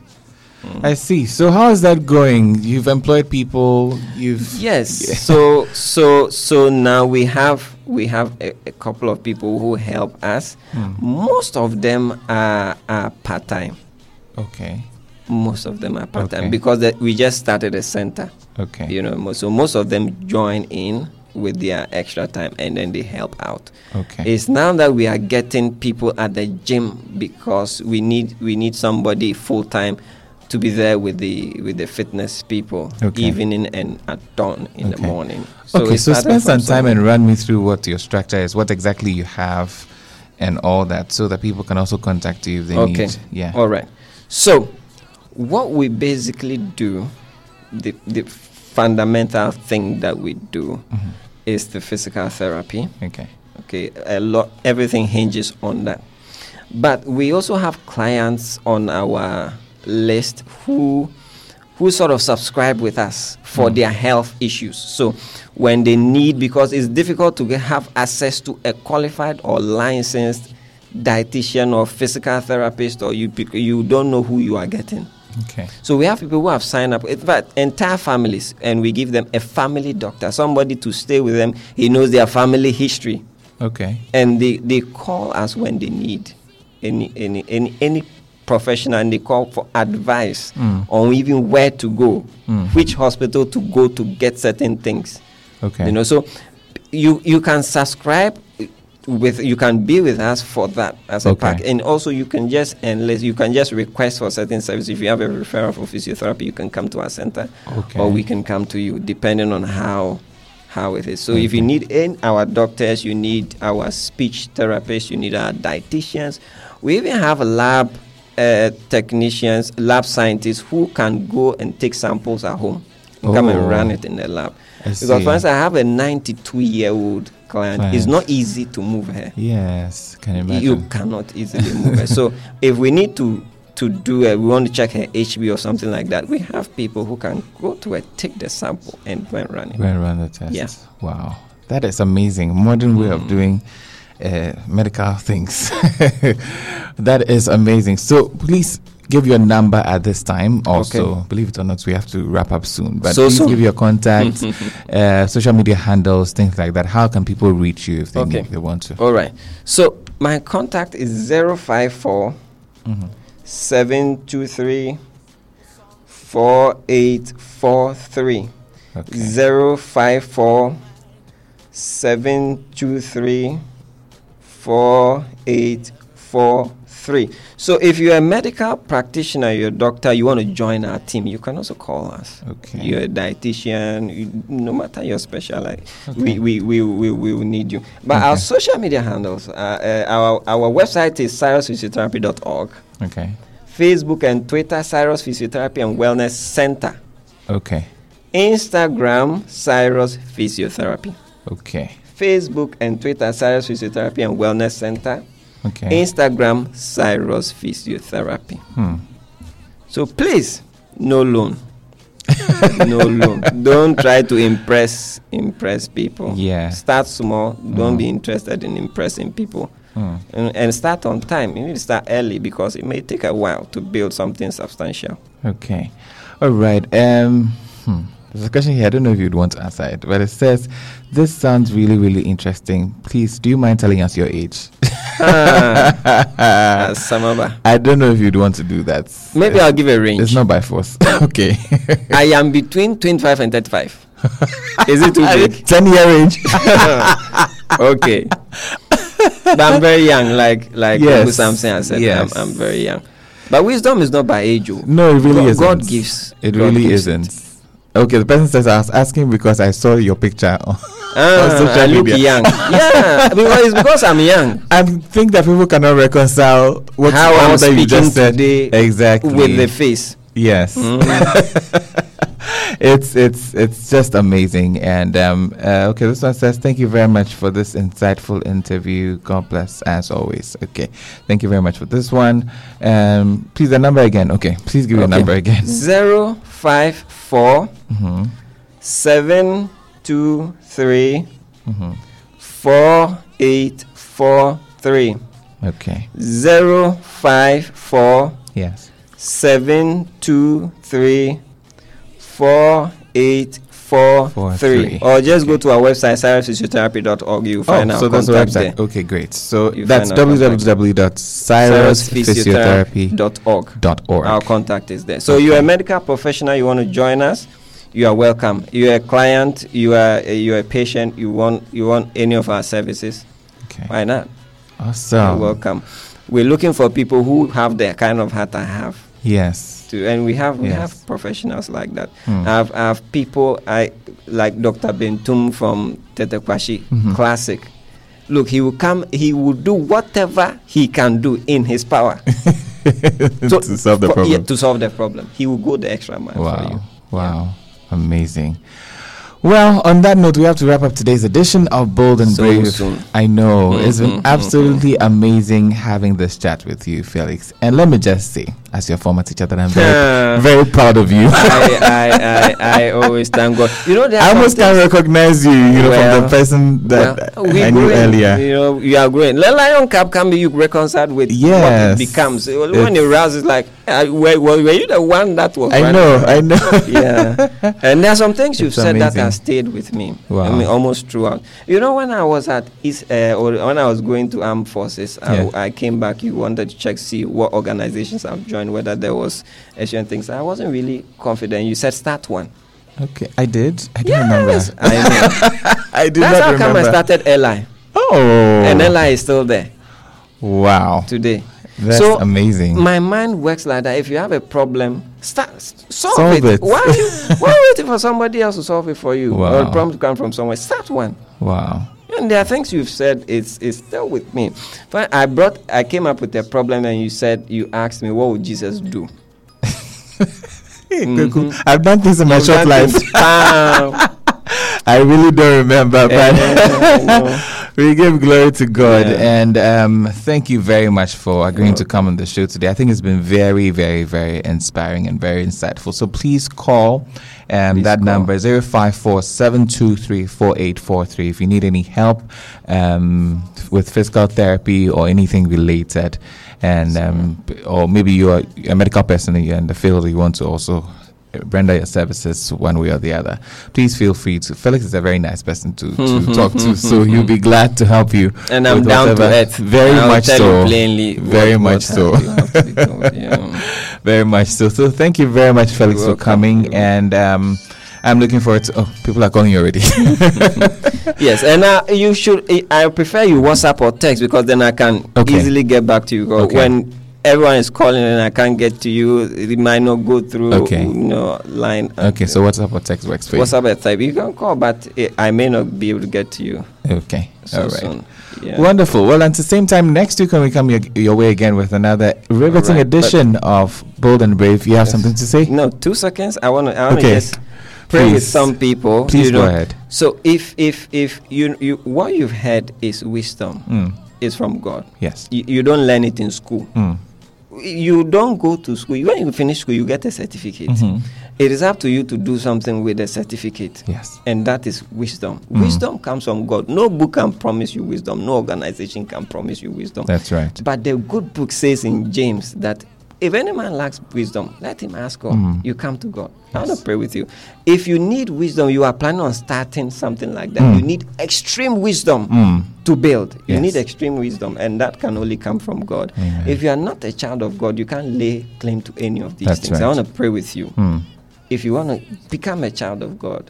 Speaker 1: I see. So how is that going? You've employed people. You've
Speaker 5: (laughs) yes so so so now we have we have a, a couple of people who help us
Speaker 1: Mm.
Speaker 5: most of them are, are part-time
Speaker 1: Okay.
Speaker 5: most of them are part-time
Speaker 1: Okay.
Speaker 5: because the, we just started a center
Speaker 1: Okay.
Speaker 5: you know mo- so most of them join in with their extra time and then they help out
Speaker 1: Okay.
Speaker 5: it's now that we are getting people at the gym because we need we need somebody full time to be there with the with the fitness people
Speaker 1: Okay.
Speaker 5: evening and at dawn in the
Speaker 1: Okay.
Speaker 5: morning.
Speaker 1: okay.
Speaker 5: it
Speaker 1: So
Speaker 5: started
Speaker 1: spend some
Speaker 5: from
Speaker 1: time
Speaker 5: somewhere.
Speaker 1: and run me through what your structure is, what exactly you have, and all that, so that people can also contact you if they
Speaker 5: okay.
Speaker 1: need. Yeah.
Speaker 5: All right. So what we basically do, the the fundamental thing that we do is the physical therapy.
Speaker 1: Mm-hmm. Okay.
Speaker 5: Okay, a lot everything hinges on that. But we also have clients on our list who who sort of subscribe with us for
Speaker 1: Hmm.
Speaker 5: their health issues. So when they need because it's difficult to get, have access to a qualified or licensed dietitian or physical therapist or you pick- you don't know who you are getting.
Speaker 1: Okay.
Speaker 5: So we have people who have signed up, in fact, entire families, and we give them a family doctor, somebody to stay with them. He knows their family history,
Speaker 1: Okay.
Speaker 5: and they, they call us when they need any any any, any professional, and they call for advice
Speaker 1: Mm.
Speaker 5: on even where to go,
Speaker 1: Mm.
Speaker 5: which hospital to go to get certain things.
Speaker 1: Okay.
Speaker 5: You know, so you you can subscribe with you can be with us for that as a
Speaker 1: Okay.
Speaker 5: pack and also you can just enlist you can just request for certain service if you have a referral for physiotherapy you can come to our center
Speaker 1: Okay.
Speaker 5: or we can come to you depending on how how it is so if you
Speaker 1: Mm-hmm.
Speaker 5: need in our doctors you need our speech therapists you need our dietitians we even have lab uh, technicians lab scientists who can go and take samples at home and come
Speaker 1: Oh.
Speaker 5: and run it in the lab
Speaker 1: I
Speaker 5: because for
Speaker 1: see.
Speaker 5: instance i have a 92 year old client it's
Speaker 1: Client.
Speaker 5: not easy to move her
Speaker 1: Yes. Can you imagine?
Speaker 5: you cannot easily move
Speaker 1: (laughs)
Speaker 5: her. So if we need to to do it, we want to check her HB or something like that. We have people who can go to it, take the sample, and go and run it.
Speaker 1: Go and run the test.
Speaker 5: Yeah. Mm.
Speaker 1: Wow. That is amazing. Modern way of doing uh, medical (laughs) things. that is amazing. So please give your number at this time. Also, believe it or not, we have to wrap up soon. But
Speaker 5: So
Speaker 1: please
Speaker 5: soon.
Speaker 1: give your
Speaker 5: (laughs)
Speaker 1: contact, uh, social media handles, things like that. How can people reach you if they,
Speaker 5: Okay.
Speaker 1: need, they want to?
Speaker 5: All right. So my contact is 054 723 4843.
Speaker 1: Okay.
Speaker 5: 054 723 4843. three. So if you're a medical practitioner, you're a doctor, you want to join our team, you can also call us.
Speaker 1: Okay.
Speaker 5: You're a dietitian, you, no matter your specialty, we, we, we, we, we will need you. But our social media handles, uh, uh, our, our website is cyrusfysiotherapy.org.
Speaker 1: Okay.
Speaker 5: Facebook and Twitter, Cyrus Physiotherapy and Wellness Center.
Speaker 1: Okay.
Speaker 5: Instagram, Cyrus Physiotherapy.
Speaker 1: Okay.
Speaker 5: Facebook and Twitter, Cyrus Physiotherapy and Wellness Center.
Speaker 1: Okay.
Speaker 5: Instagram, Cyrus Physiotherapy.
Speaker 1: Hmm.
Speaker 5: So please, no loan. (laughs) no loan. Don't try to impress impress people.
Speaker 1: Yeah.
Speaker 5: Start small. Don't be interested in impressing people.
Speaker 1: Mm.
Speaker 5: And, and start on time. You need to start early because it may take a while to build something substantial.
Speaker 1: Okay. All right. Um, hmm. There's a question here. I don't know if you'd want to answer it, but it says, "This sounds really, really interesting. Please, do you mind telling us your age?"
Speaker 5: Ah,
Speaker 1: (laughs)
Speaker 5: Samaba.
Speaker 1: I don't know if you'd want to do that.
Speaker 5: Maybe I'll give a range.
Speaker 1: It's not by force. (laughs) okay.
Speaker 5: I am between 25
Speaker 1: (laughs)
Speaker 5: and 35. Is it too big?
Speaker 1: Ten year
Speaker 5: (laughs)
Speaker 1: age.
Speaker 5: okay. but I'm very young, like like
Speaker 1: Yes.
Speaker 5: Uncle Samson has said.
Speaker 1: Yes.
Speaker 5: I'm, I'm very young. But wisdom is not by age. oh.
Speaker 1: No, it really
Speaker 5: God,
Speaker 1: isn't.
Speaker 5: God gives.
Speaker 1: It
Speaker 5: God
Speaker 1: really
Speaker 5: gives
Speaker 1: isn't. Okay, the person says I was asking because I saw your picture. (laughs) on-
Speaker 5: Ah,
Speaker 1: social
Speaker 5: I look
Speaker 1: media. (laughs)
Speaker 5: young. yeah, because it's because I'm young.
Speaker 1: I think that people cannot reconcile what
Speaker 5: How
Speaker 1: all
Speaker 5: I'm
Speaker 1: that you
Speaker 5: speaking
Speaker 1: just said
Speaker 5: today
Speaker 1: exactly
Speaker 5: with the face. Mm.
Speaker 1: Yes. (laughs) it's it's it's just amazing. And um, uh, okay, this one says, "Thank you very much for this insightful interview. God bless as always." Okay, thank you very much for this one. Um, please the number again. Okay, please give your
Speaker 5: Okay.
Speaker 1: number again.
Speaker 5: Zero five four
Speaker 1: Mhm.
Speaker 5: seven two three
Speaker 1: Mm-hmm.
Speaker 5: four eight four three
Speaker 1: Okay.
Speaker 5: zero five four
Speaker 1: Yes.
Speaker 5: seven two three four eight four three.
Speaker 1: Four, three.
Speaker 5: Or just go to our website, cyrusfysiotherapy.org. You'll find
Speaker 1: oh,
Speaker 5: our
Speaker 1: so that's the
Speaker 5: contact
Speaker 1: website.
Speaker 5: there.
Speaker 1: Okay, great. So
Speaker 5: You
Speaker 1: that's
Speaker 5: find our contact.
Speaker 1: www.cyrusphysiotherapy.org.
Speaker 5: Cyrus Our contact is there. So you're a medical professional, you want to join us, you are welcome. You're a client, you are a, you're a patient, you want you want any of our services,
Speaker 1: Okay.
Speaker 5: why not? You're
Speaker 1: Awesome.
Speaker 5: welcome. We're looking for people who have the kind of heart I have.
Speaker 1: Yes.
Speaker 5: to and we have we
Speaker 1: Yes.
Speaker 5: have professionals like that.
Speaker 1: Mm.
Speaker 5: I've I've people I like Dr. Bentum from Tetekwashi
Speaker 1: Mhm.
Speaker 5: Classic. Look, he will come. He will do whatever he can do in his power
Speaker 1: (laughs)
Speaker 5: So,
Speaker 1: to solve the
Speaker 5: for- yeah,
Speaker 1: problem.
Speaker 5: to solve the problem. He will go the extra mile for you.
Speaker 1: Wow. Wow. Amazing. Well, on that note, we have to wrap up today's edition of Bold and
Speaker 5: So
Speaker 1: Brave.
Speaker 5: soon.
Speaker 1: I know. It's been
Speaker 5: Mhm,
Speaker 1: absolutely amazing having this chat with you, Felix. And let me just say, as your former teacher, that I'm very, very proud of you. (laughs)
Speaker 5: I, I, I, I always thank God. You know, there
Speaker 1: I
Speaker 5: are
Speaker 1: almost
Speaker 5: some
Speaker 1: can recognize you, you know, from the
Speaker 5: Well,
Speaker 1: person that
Speaker 5: Yeah. We
Speaker 1: I knew
Speaker 5: growing,
Speaker 1: earlier.
Speaker 5: You know, you are growing. The lion cub can be you reconciled with
Speaker 1: Yes.
Speaker 5: what it becomes. Uh, When it rouses, like, uh, were, were, were you the one that was?
Speaker 1: I
Speaker 5: running
Speaker 1: know,
Speaker 5: around?
Speaker 1: I know. (laughs)
Speaker 5: yeah. And there are some things you've
Speaker 1: It's
Speaker 5: said that
Speaker 1: amazing.
Speaker 5: have stayed with me.
Speaker 1: Wow.
Speaker 5: I mean, almost throughout. You know, when I was at East, uh, or when I was going to armed forces, I,
Speaker 1: Yeah.
Speaker 5: I came back. You wanted to check, see what organizations I've joined, whether there was certain things. I wasn't really confident. You said start one.
Speaker 1: Okay, I did. I do
Speaker 5: Yes,
Speaker 1: remember.
Speaker 5: I know.
Speaker 1: (laughs) I do
Speaker 5: That's
Speaker 1: not
Speaker 5: how come
Speaker 1: remember.
Speaker 5: I started airline,
Speaker 1: Oh,
Speaker 5: and airline is still there
Speaker 1: wow,
Speaker 5: today.
Speaker 1: that's
Speaker 5: so
Speaker 1: amazing.
Speaker 5: My mind works like that. If you have a problem, start s- solve,
Speaker 1: Solve
Speaker 5: it.
Speaker 1: it.
Speaker 5: Why
Speaker 1: (laughs)
Speaker 5: are you why are you waiting for somebody else to solve it for you? Or
Speaker 1: Wow.
Speaker 5: a problem to come from somewhere. Start one.
Speaker 1: wow,
Speaker 5: And there are things you've said it's it's still with me. But I brought I came up with a problem and you said you asked me what would
Speaker 1: (laughs)
Speaker 5: Jesus do? Mm-hmm.
Speaker 1: Hey, Kweku, I've done things in my
Speaker 5: You've
Speaker 1: short
Speaker 5: done
Speaker 1: life.
Speaker 5: things. Bam.
Speaker 1: (laughs) I really don't remember, but
Speaker 5: Eh, no.
Speaker 1: we give glory to God.
Speaker 5: Yeah.
Speaker 1: And um, thank you very much for agreeing to come on the show today. I think it's been very, very, very inspiring and very insightful. So please call um, that number 054 723 4843 if you need any help um, with physical therapy or anything related. And um, p- or maybe you are a medical person and you're in the field, you want to also render your services one way or the other, please feel free to. Felix is a very nice person to,
Speaker 5: (laughs)
Speaker 1: to talk to, so he'll be glad to help you.
Speaker 5: And I'm
Speaker 1: with
Speaker 5: down to
Speaker 1: whatever-
Speaker 5: earth.
Speaker 1: Very
Speaker 5: I'll
Speaker 1: much
Speaker 5: tell
Speaker 1: so.
Speaker 5: You plainly
Speaker 1: very
Speaker 5: what-
Speaker 1: much
Speaker 5: what
Speaker 1: so.
Speaker 5: you have to be told, yeah.
Speaker 12: (laughs)
Speaker 1: very much so. So thank you very much, Felix, for
Speaker 5: welcome.
Speaker 1: coming.
Speaker 5: You're
Speaker 1: And um,
Speaker 12: I'm looking forward to. Oh, people are calling you already.
Speaker 5: (laughs) yes, and uh, you should. I- I prefer you WhatsApp or text because then I can
Speaker 12: Okay.
Speaker 5: easily get back to you. 'Cause
Speaker 12: Okay.
Speaker 5: When everyone is calling and I can't get to you, it might not go through.
Speaker 12: Okay.
Speaker 5: You know, line.
Speaker 12: okay, so WhatsApp or text works for you?
Speaker 5: WhatsApp or type. You can call, but eh, I may not be able to get to you.
Speaker 12: Okay.
Speaker 5: So
Speaker 12: All right.
Speaker 5: soon. Yeah.
Speaker 12: Wonderful. Well, at the same time, next week when we come your, your way again with another riveting
Speaker 5: Alright,
Speaker 12: edition of Bold and Brave, you have something to say?
Speaker 5: No, two seconds. I want to. I want to
Speaker 12: Okay.
Speaker 5: just pray with
Speaker 12: Please.
Speaker 5: some people.
Speaker 12: Please
Speaker 5: you
Speaker 12: go
Speaker 5: know.
Speaker 12: ahead.
Speaker 5: So if if if you you what you've heard is wisdom,
Speaker 12: Mm.
Speaker 5: is from God.
Speaker 12: Yes.
Speaker 5: You, you don't learn it in school.
Speaker 12: Mm.
Speaker 5: You don't go to school. When you finish school, you get a certificate.
Speaker 12: Mhm.
Speaker 5: It is up to you to do something with the certificate.
Speaker 12: Yes.
Speaker 5: And that is wisdom.
Speaker 12: Mm.
Speaker 5: Wisdom comes from God. No book can promise you wisdom. No organization can promise you wisdom.
Speaker 12: That's right.
Speaker 5: But the good book says in James that if any man lacks wisdom, let him ask God.
Speaker 12: Mm.
Speaker 5: You come to God. I want
Speaker 12: Yes.
Speaker 5: to pray with you. If you need wisdom, you are planning on starting something like that.
Speaker 12: Mm.
Speaker 5: You need extreme wisdom
Speaker 12: Mm.
Speaker 5: to build. You
Speaker 12: Yes.
Speaker 5: need extreme wisdom, and that can only come from God.
Speaker 12: Amen.
Speaker 5: If you are not a child of God, you can't lay claim to any of these
Speaker 12: That's
Speaker 5: things. I
Speaker 12: right.
Speaker 5: want to pray with you.
Speaker 12: Mm.
Speaker 5: If you want to become a child of God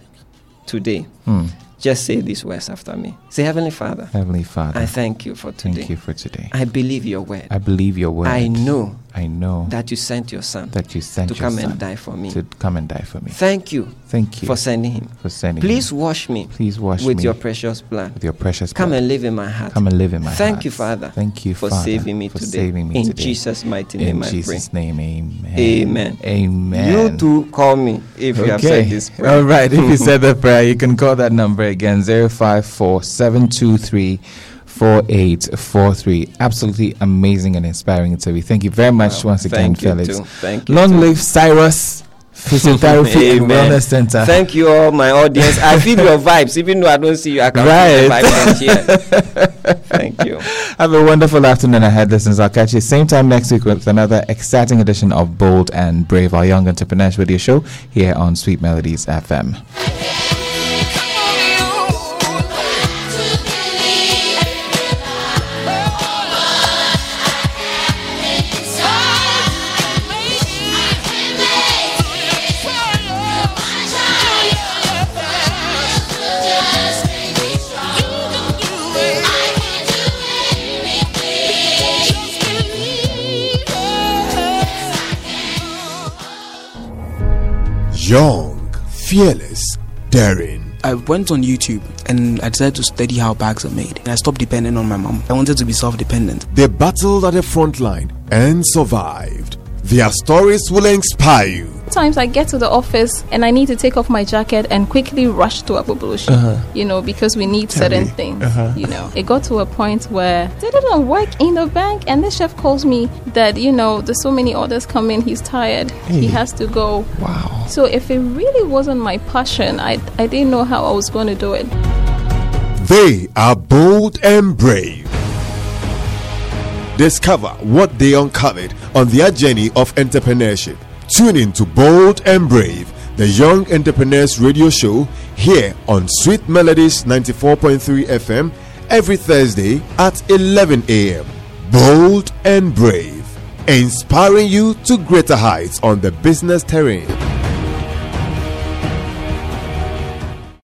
Speaker 5: today,
Speaker 12: Mm.
Speaker 5: just say these words after me. Say, Heavenly Father,
Speaker 12: Heavenly Father,
Speaker 5: I thank you for today.
Speaker 12: thank you for today.
Speaker 5: I believe your word.
Speaker 12: I believe your word.
Speaker 5: I know
Speaker 12: I know
Speaker 5: that you sent your son
Speaker 12: that you sent
Speaker 5: to
Speaker 12: your
Speaker 5: come
Speaker 12: son
Speaker 5: and die for me.
Speaker 12: to come and die for me.
Speaker 5: Thank you
Speaker 12: Thank you
Speaker 5: for sending him.
Speaker 12: for sending
Speaker 5: Please
Speaker 12: me.
Speaker 5: wash me
Speaker 12: Please wash
Speaker 5: with
Speaker 12: me
Speaker 5: your precious blood.
Speaker 12: with your precious
Speaker 5: Come
Speaker 12: blood.
Speaker 5: and live in my heart.
Speaker 12: Come and live in my
Speaker 5: Thank
Speaker 12: heart.
Speaker 5: you, Father.
Speaker 12: Thank you,
Speaker 5: for
Speaker 12: Father,
Speaker 5: saving me
Speaker 12: for
Speaker 5: today.
Speaker 12: saving me
Speaker 5: in
Speaker 12: today.
Speaker 5: Jesus' mighty
Speaker 12: In
Speaker 5: name, I
Speaker 12: Jesus'
Speaker 5: pray.
Speaker 12: name, amen.
Speaker 5: Amen.
Speaker 12: Amen.
Speaker 5: You too. Call me if you have said this. prayer.
Speaker 12: All right. If
Speaker 5: (laughs)
Speaker 12: you said the prayer, you can call that number again 054 723 4843. Absolutely amazing and inspiring interview. Thank you very much
Speaker 5: Wow.
Speaker 12: once again,
Speaker 5: Thank you
Speaker 12: Felix.
Speaker 5: too. Thank you
Speaker 12: Long
Speaker 5: too.
Speaker 12: live Cyrus Physiotherapy and
Speaker 5: (laughs) Amen.
Speaker 12: Wellness Center.
Speaker 5: Thank you, all my audience. I
Speaker 12: (laughs)
Speaker 5: feel your vibes, even though I don't see you. I can
Speaker 12: Right.
Speaker 5: feel your vibes
Speaker 12: (laughs)
Speaker 5: here. Thank you.
Speaker 12: Have a wonderful afternoon ahead, listeners. I'll catch you same time next week with another exciting edition of Bold and Brave, our young entrepreneurs radio show here on Sweet Melodies FM.
Speaker 1: Young, fearless, daring.
Speaker 2: I went on YouTube and I decided to study how bags are made. And I stopped depending on my mom. I wanted to be self dependent.
Speaker 1: They battled at the front line and survived. Their stories will inspire you.
Speaker 3: Sometimes I get to the office and I need to take off my jacket and quickly rush to Abubulushi,
Speaker 1: Uh-huh.
Speaker 3: you know, because we need certain things.
Speaker 1: Uh-huh.
Speaker 3: You know, it got to a point where they didn't work in the bank, and the chef calls me that you know there's so many orders coming, he's tired, he
Speaker 12: Hey.
Speaker 3: has to go.
Speaker 12: Wow.
Speaker 3: So if it really wasn't my passion, I I didn't know how I was going to do it.
Speaker 1: They are bold and brave. Discover what they uncovered on their journey of entrepreneurship. Tune in to Bold and Brave, the Young Entrepreneurs Radio Show, here on Sweet Melodies 94.3 FM every Thursday at 11 a.m. Bold and Brave, inspiring you to greater heights on the business terrain.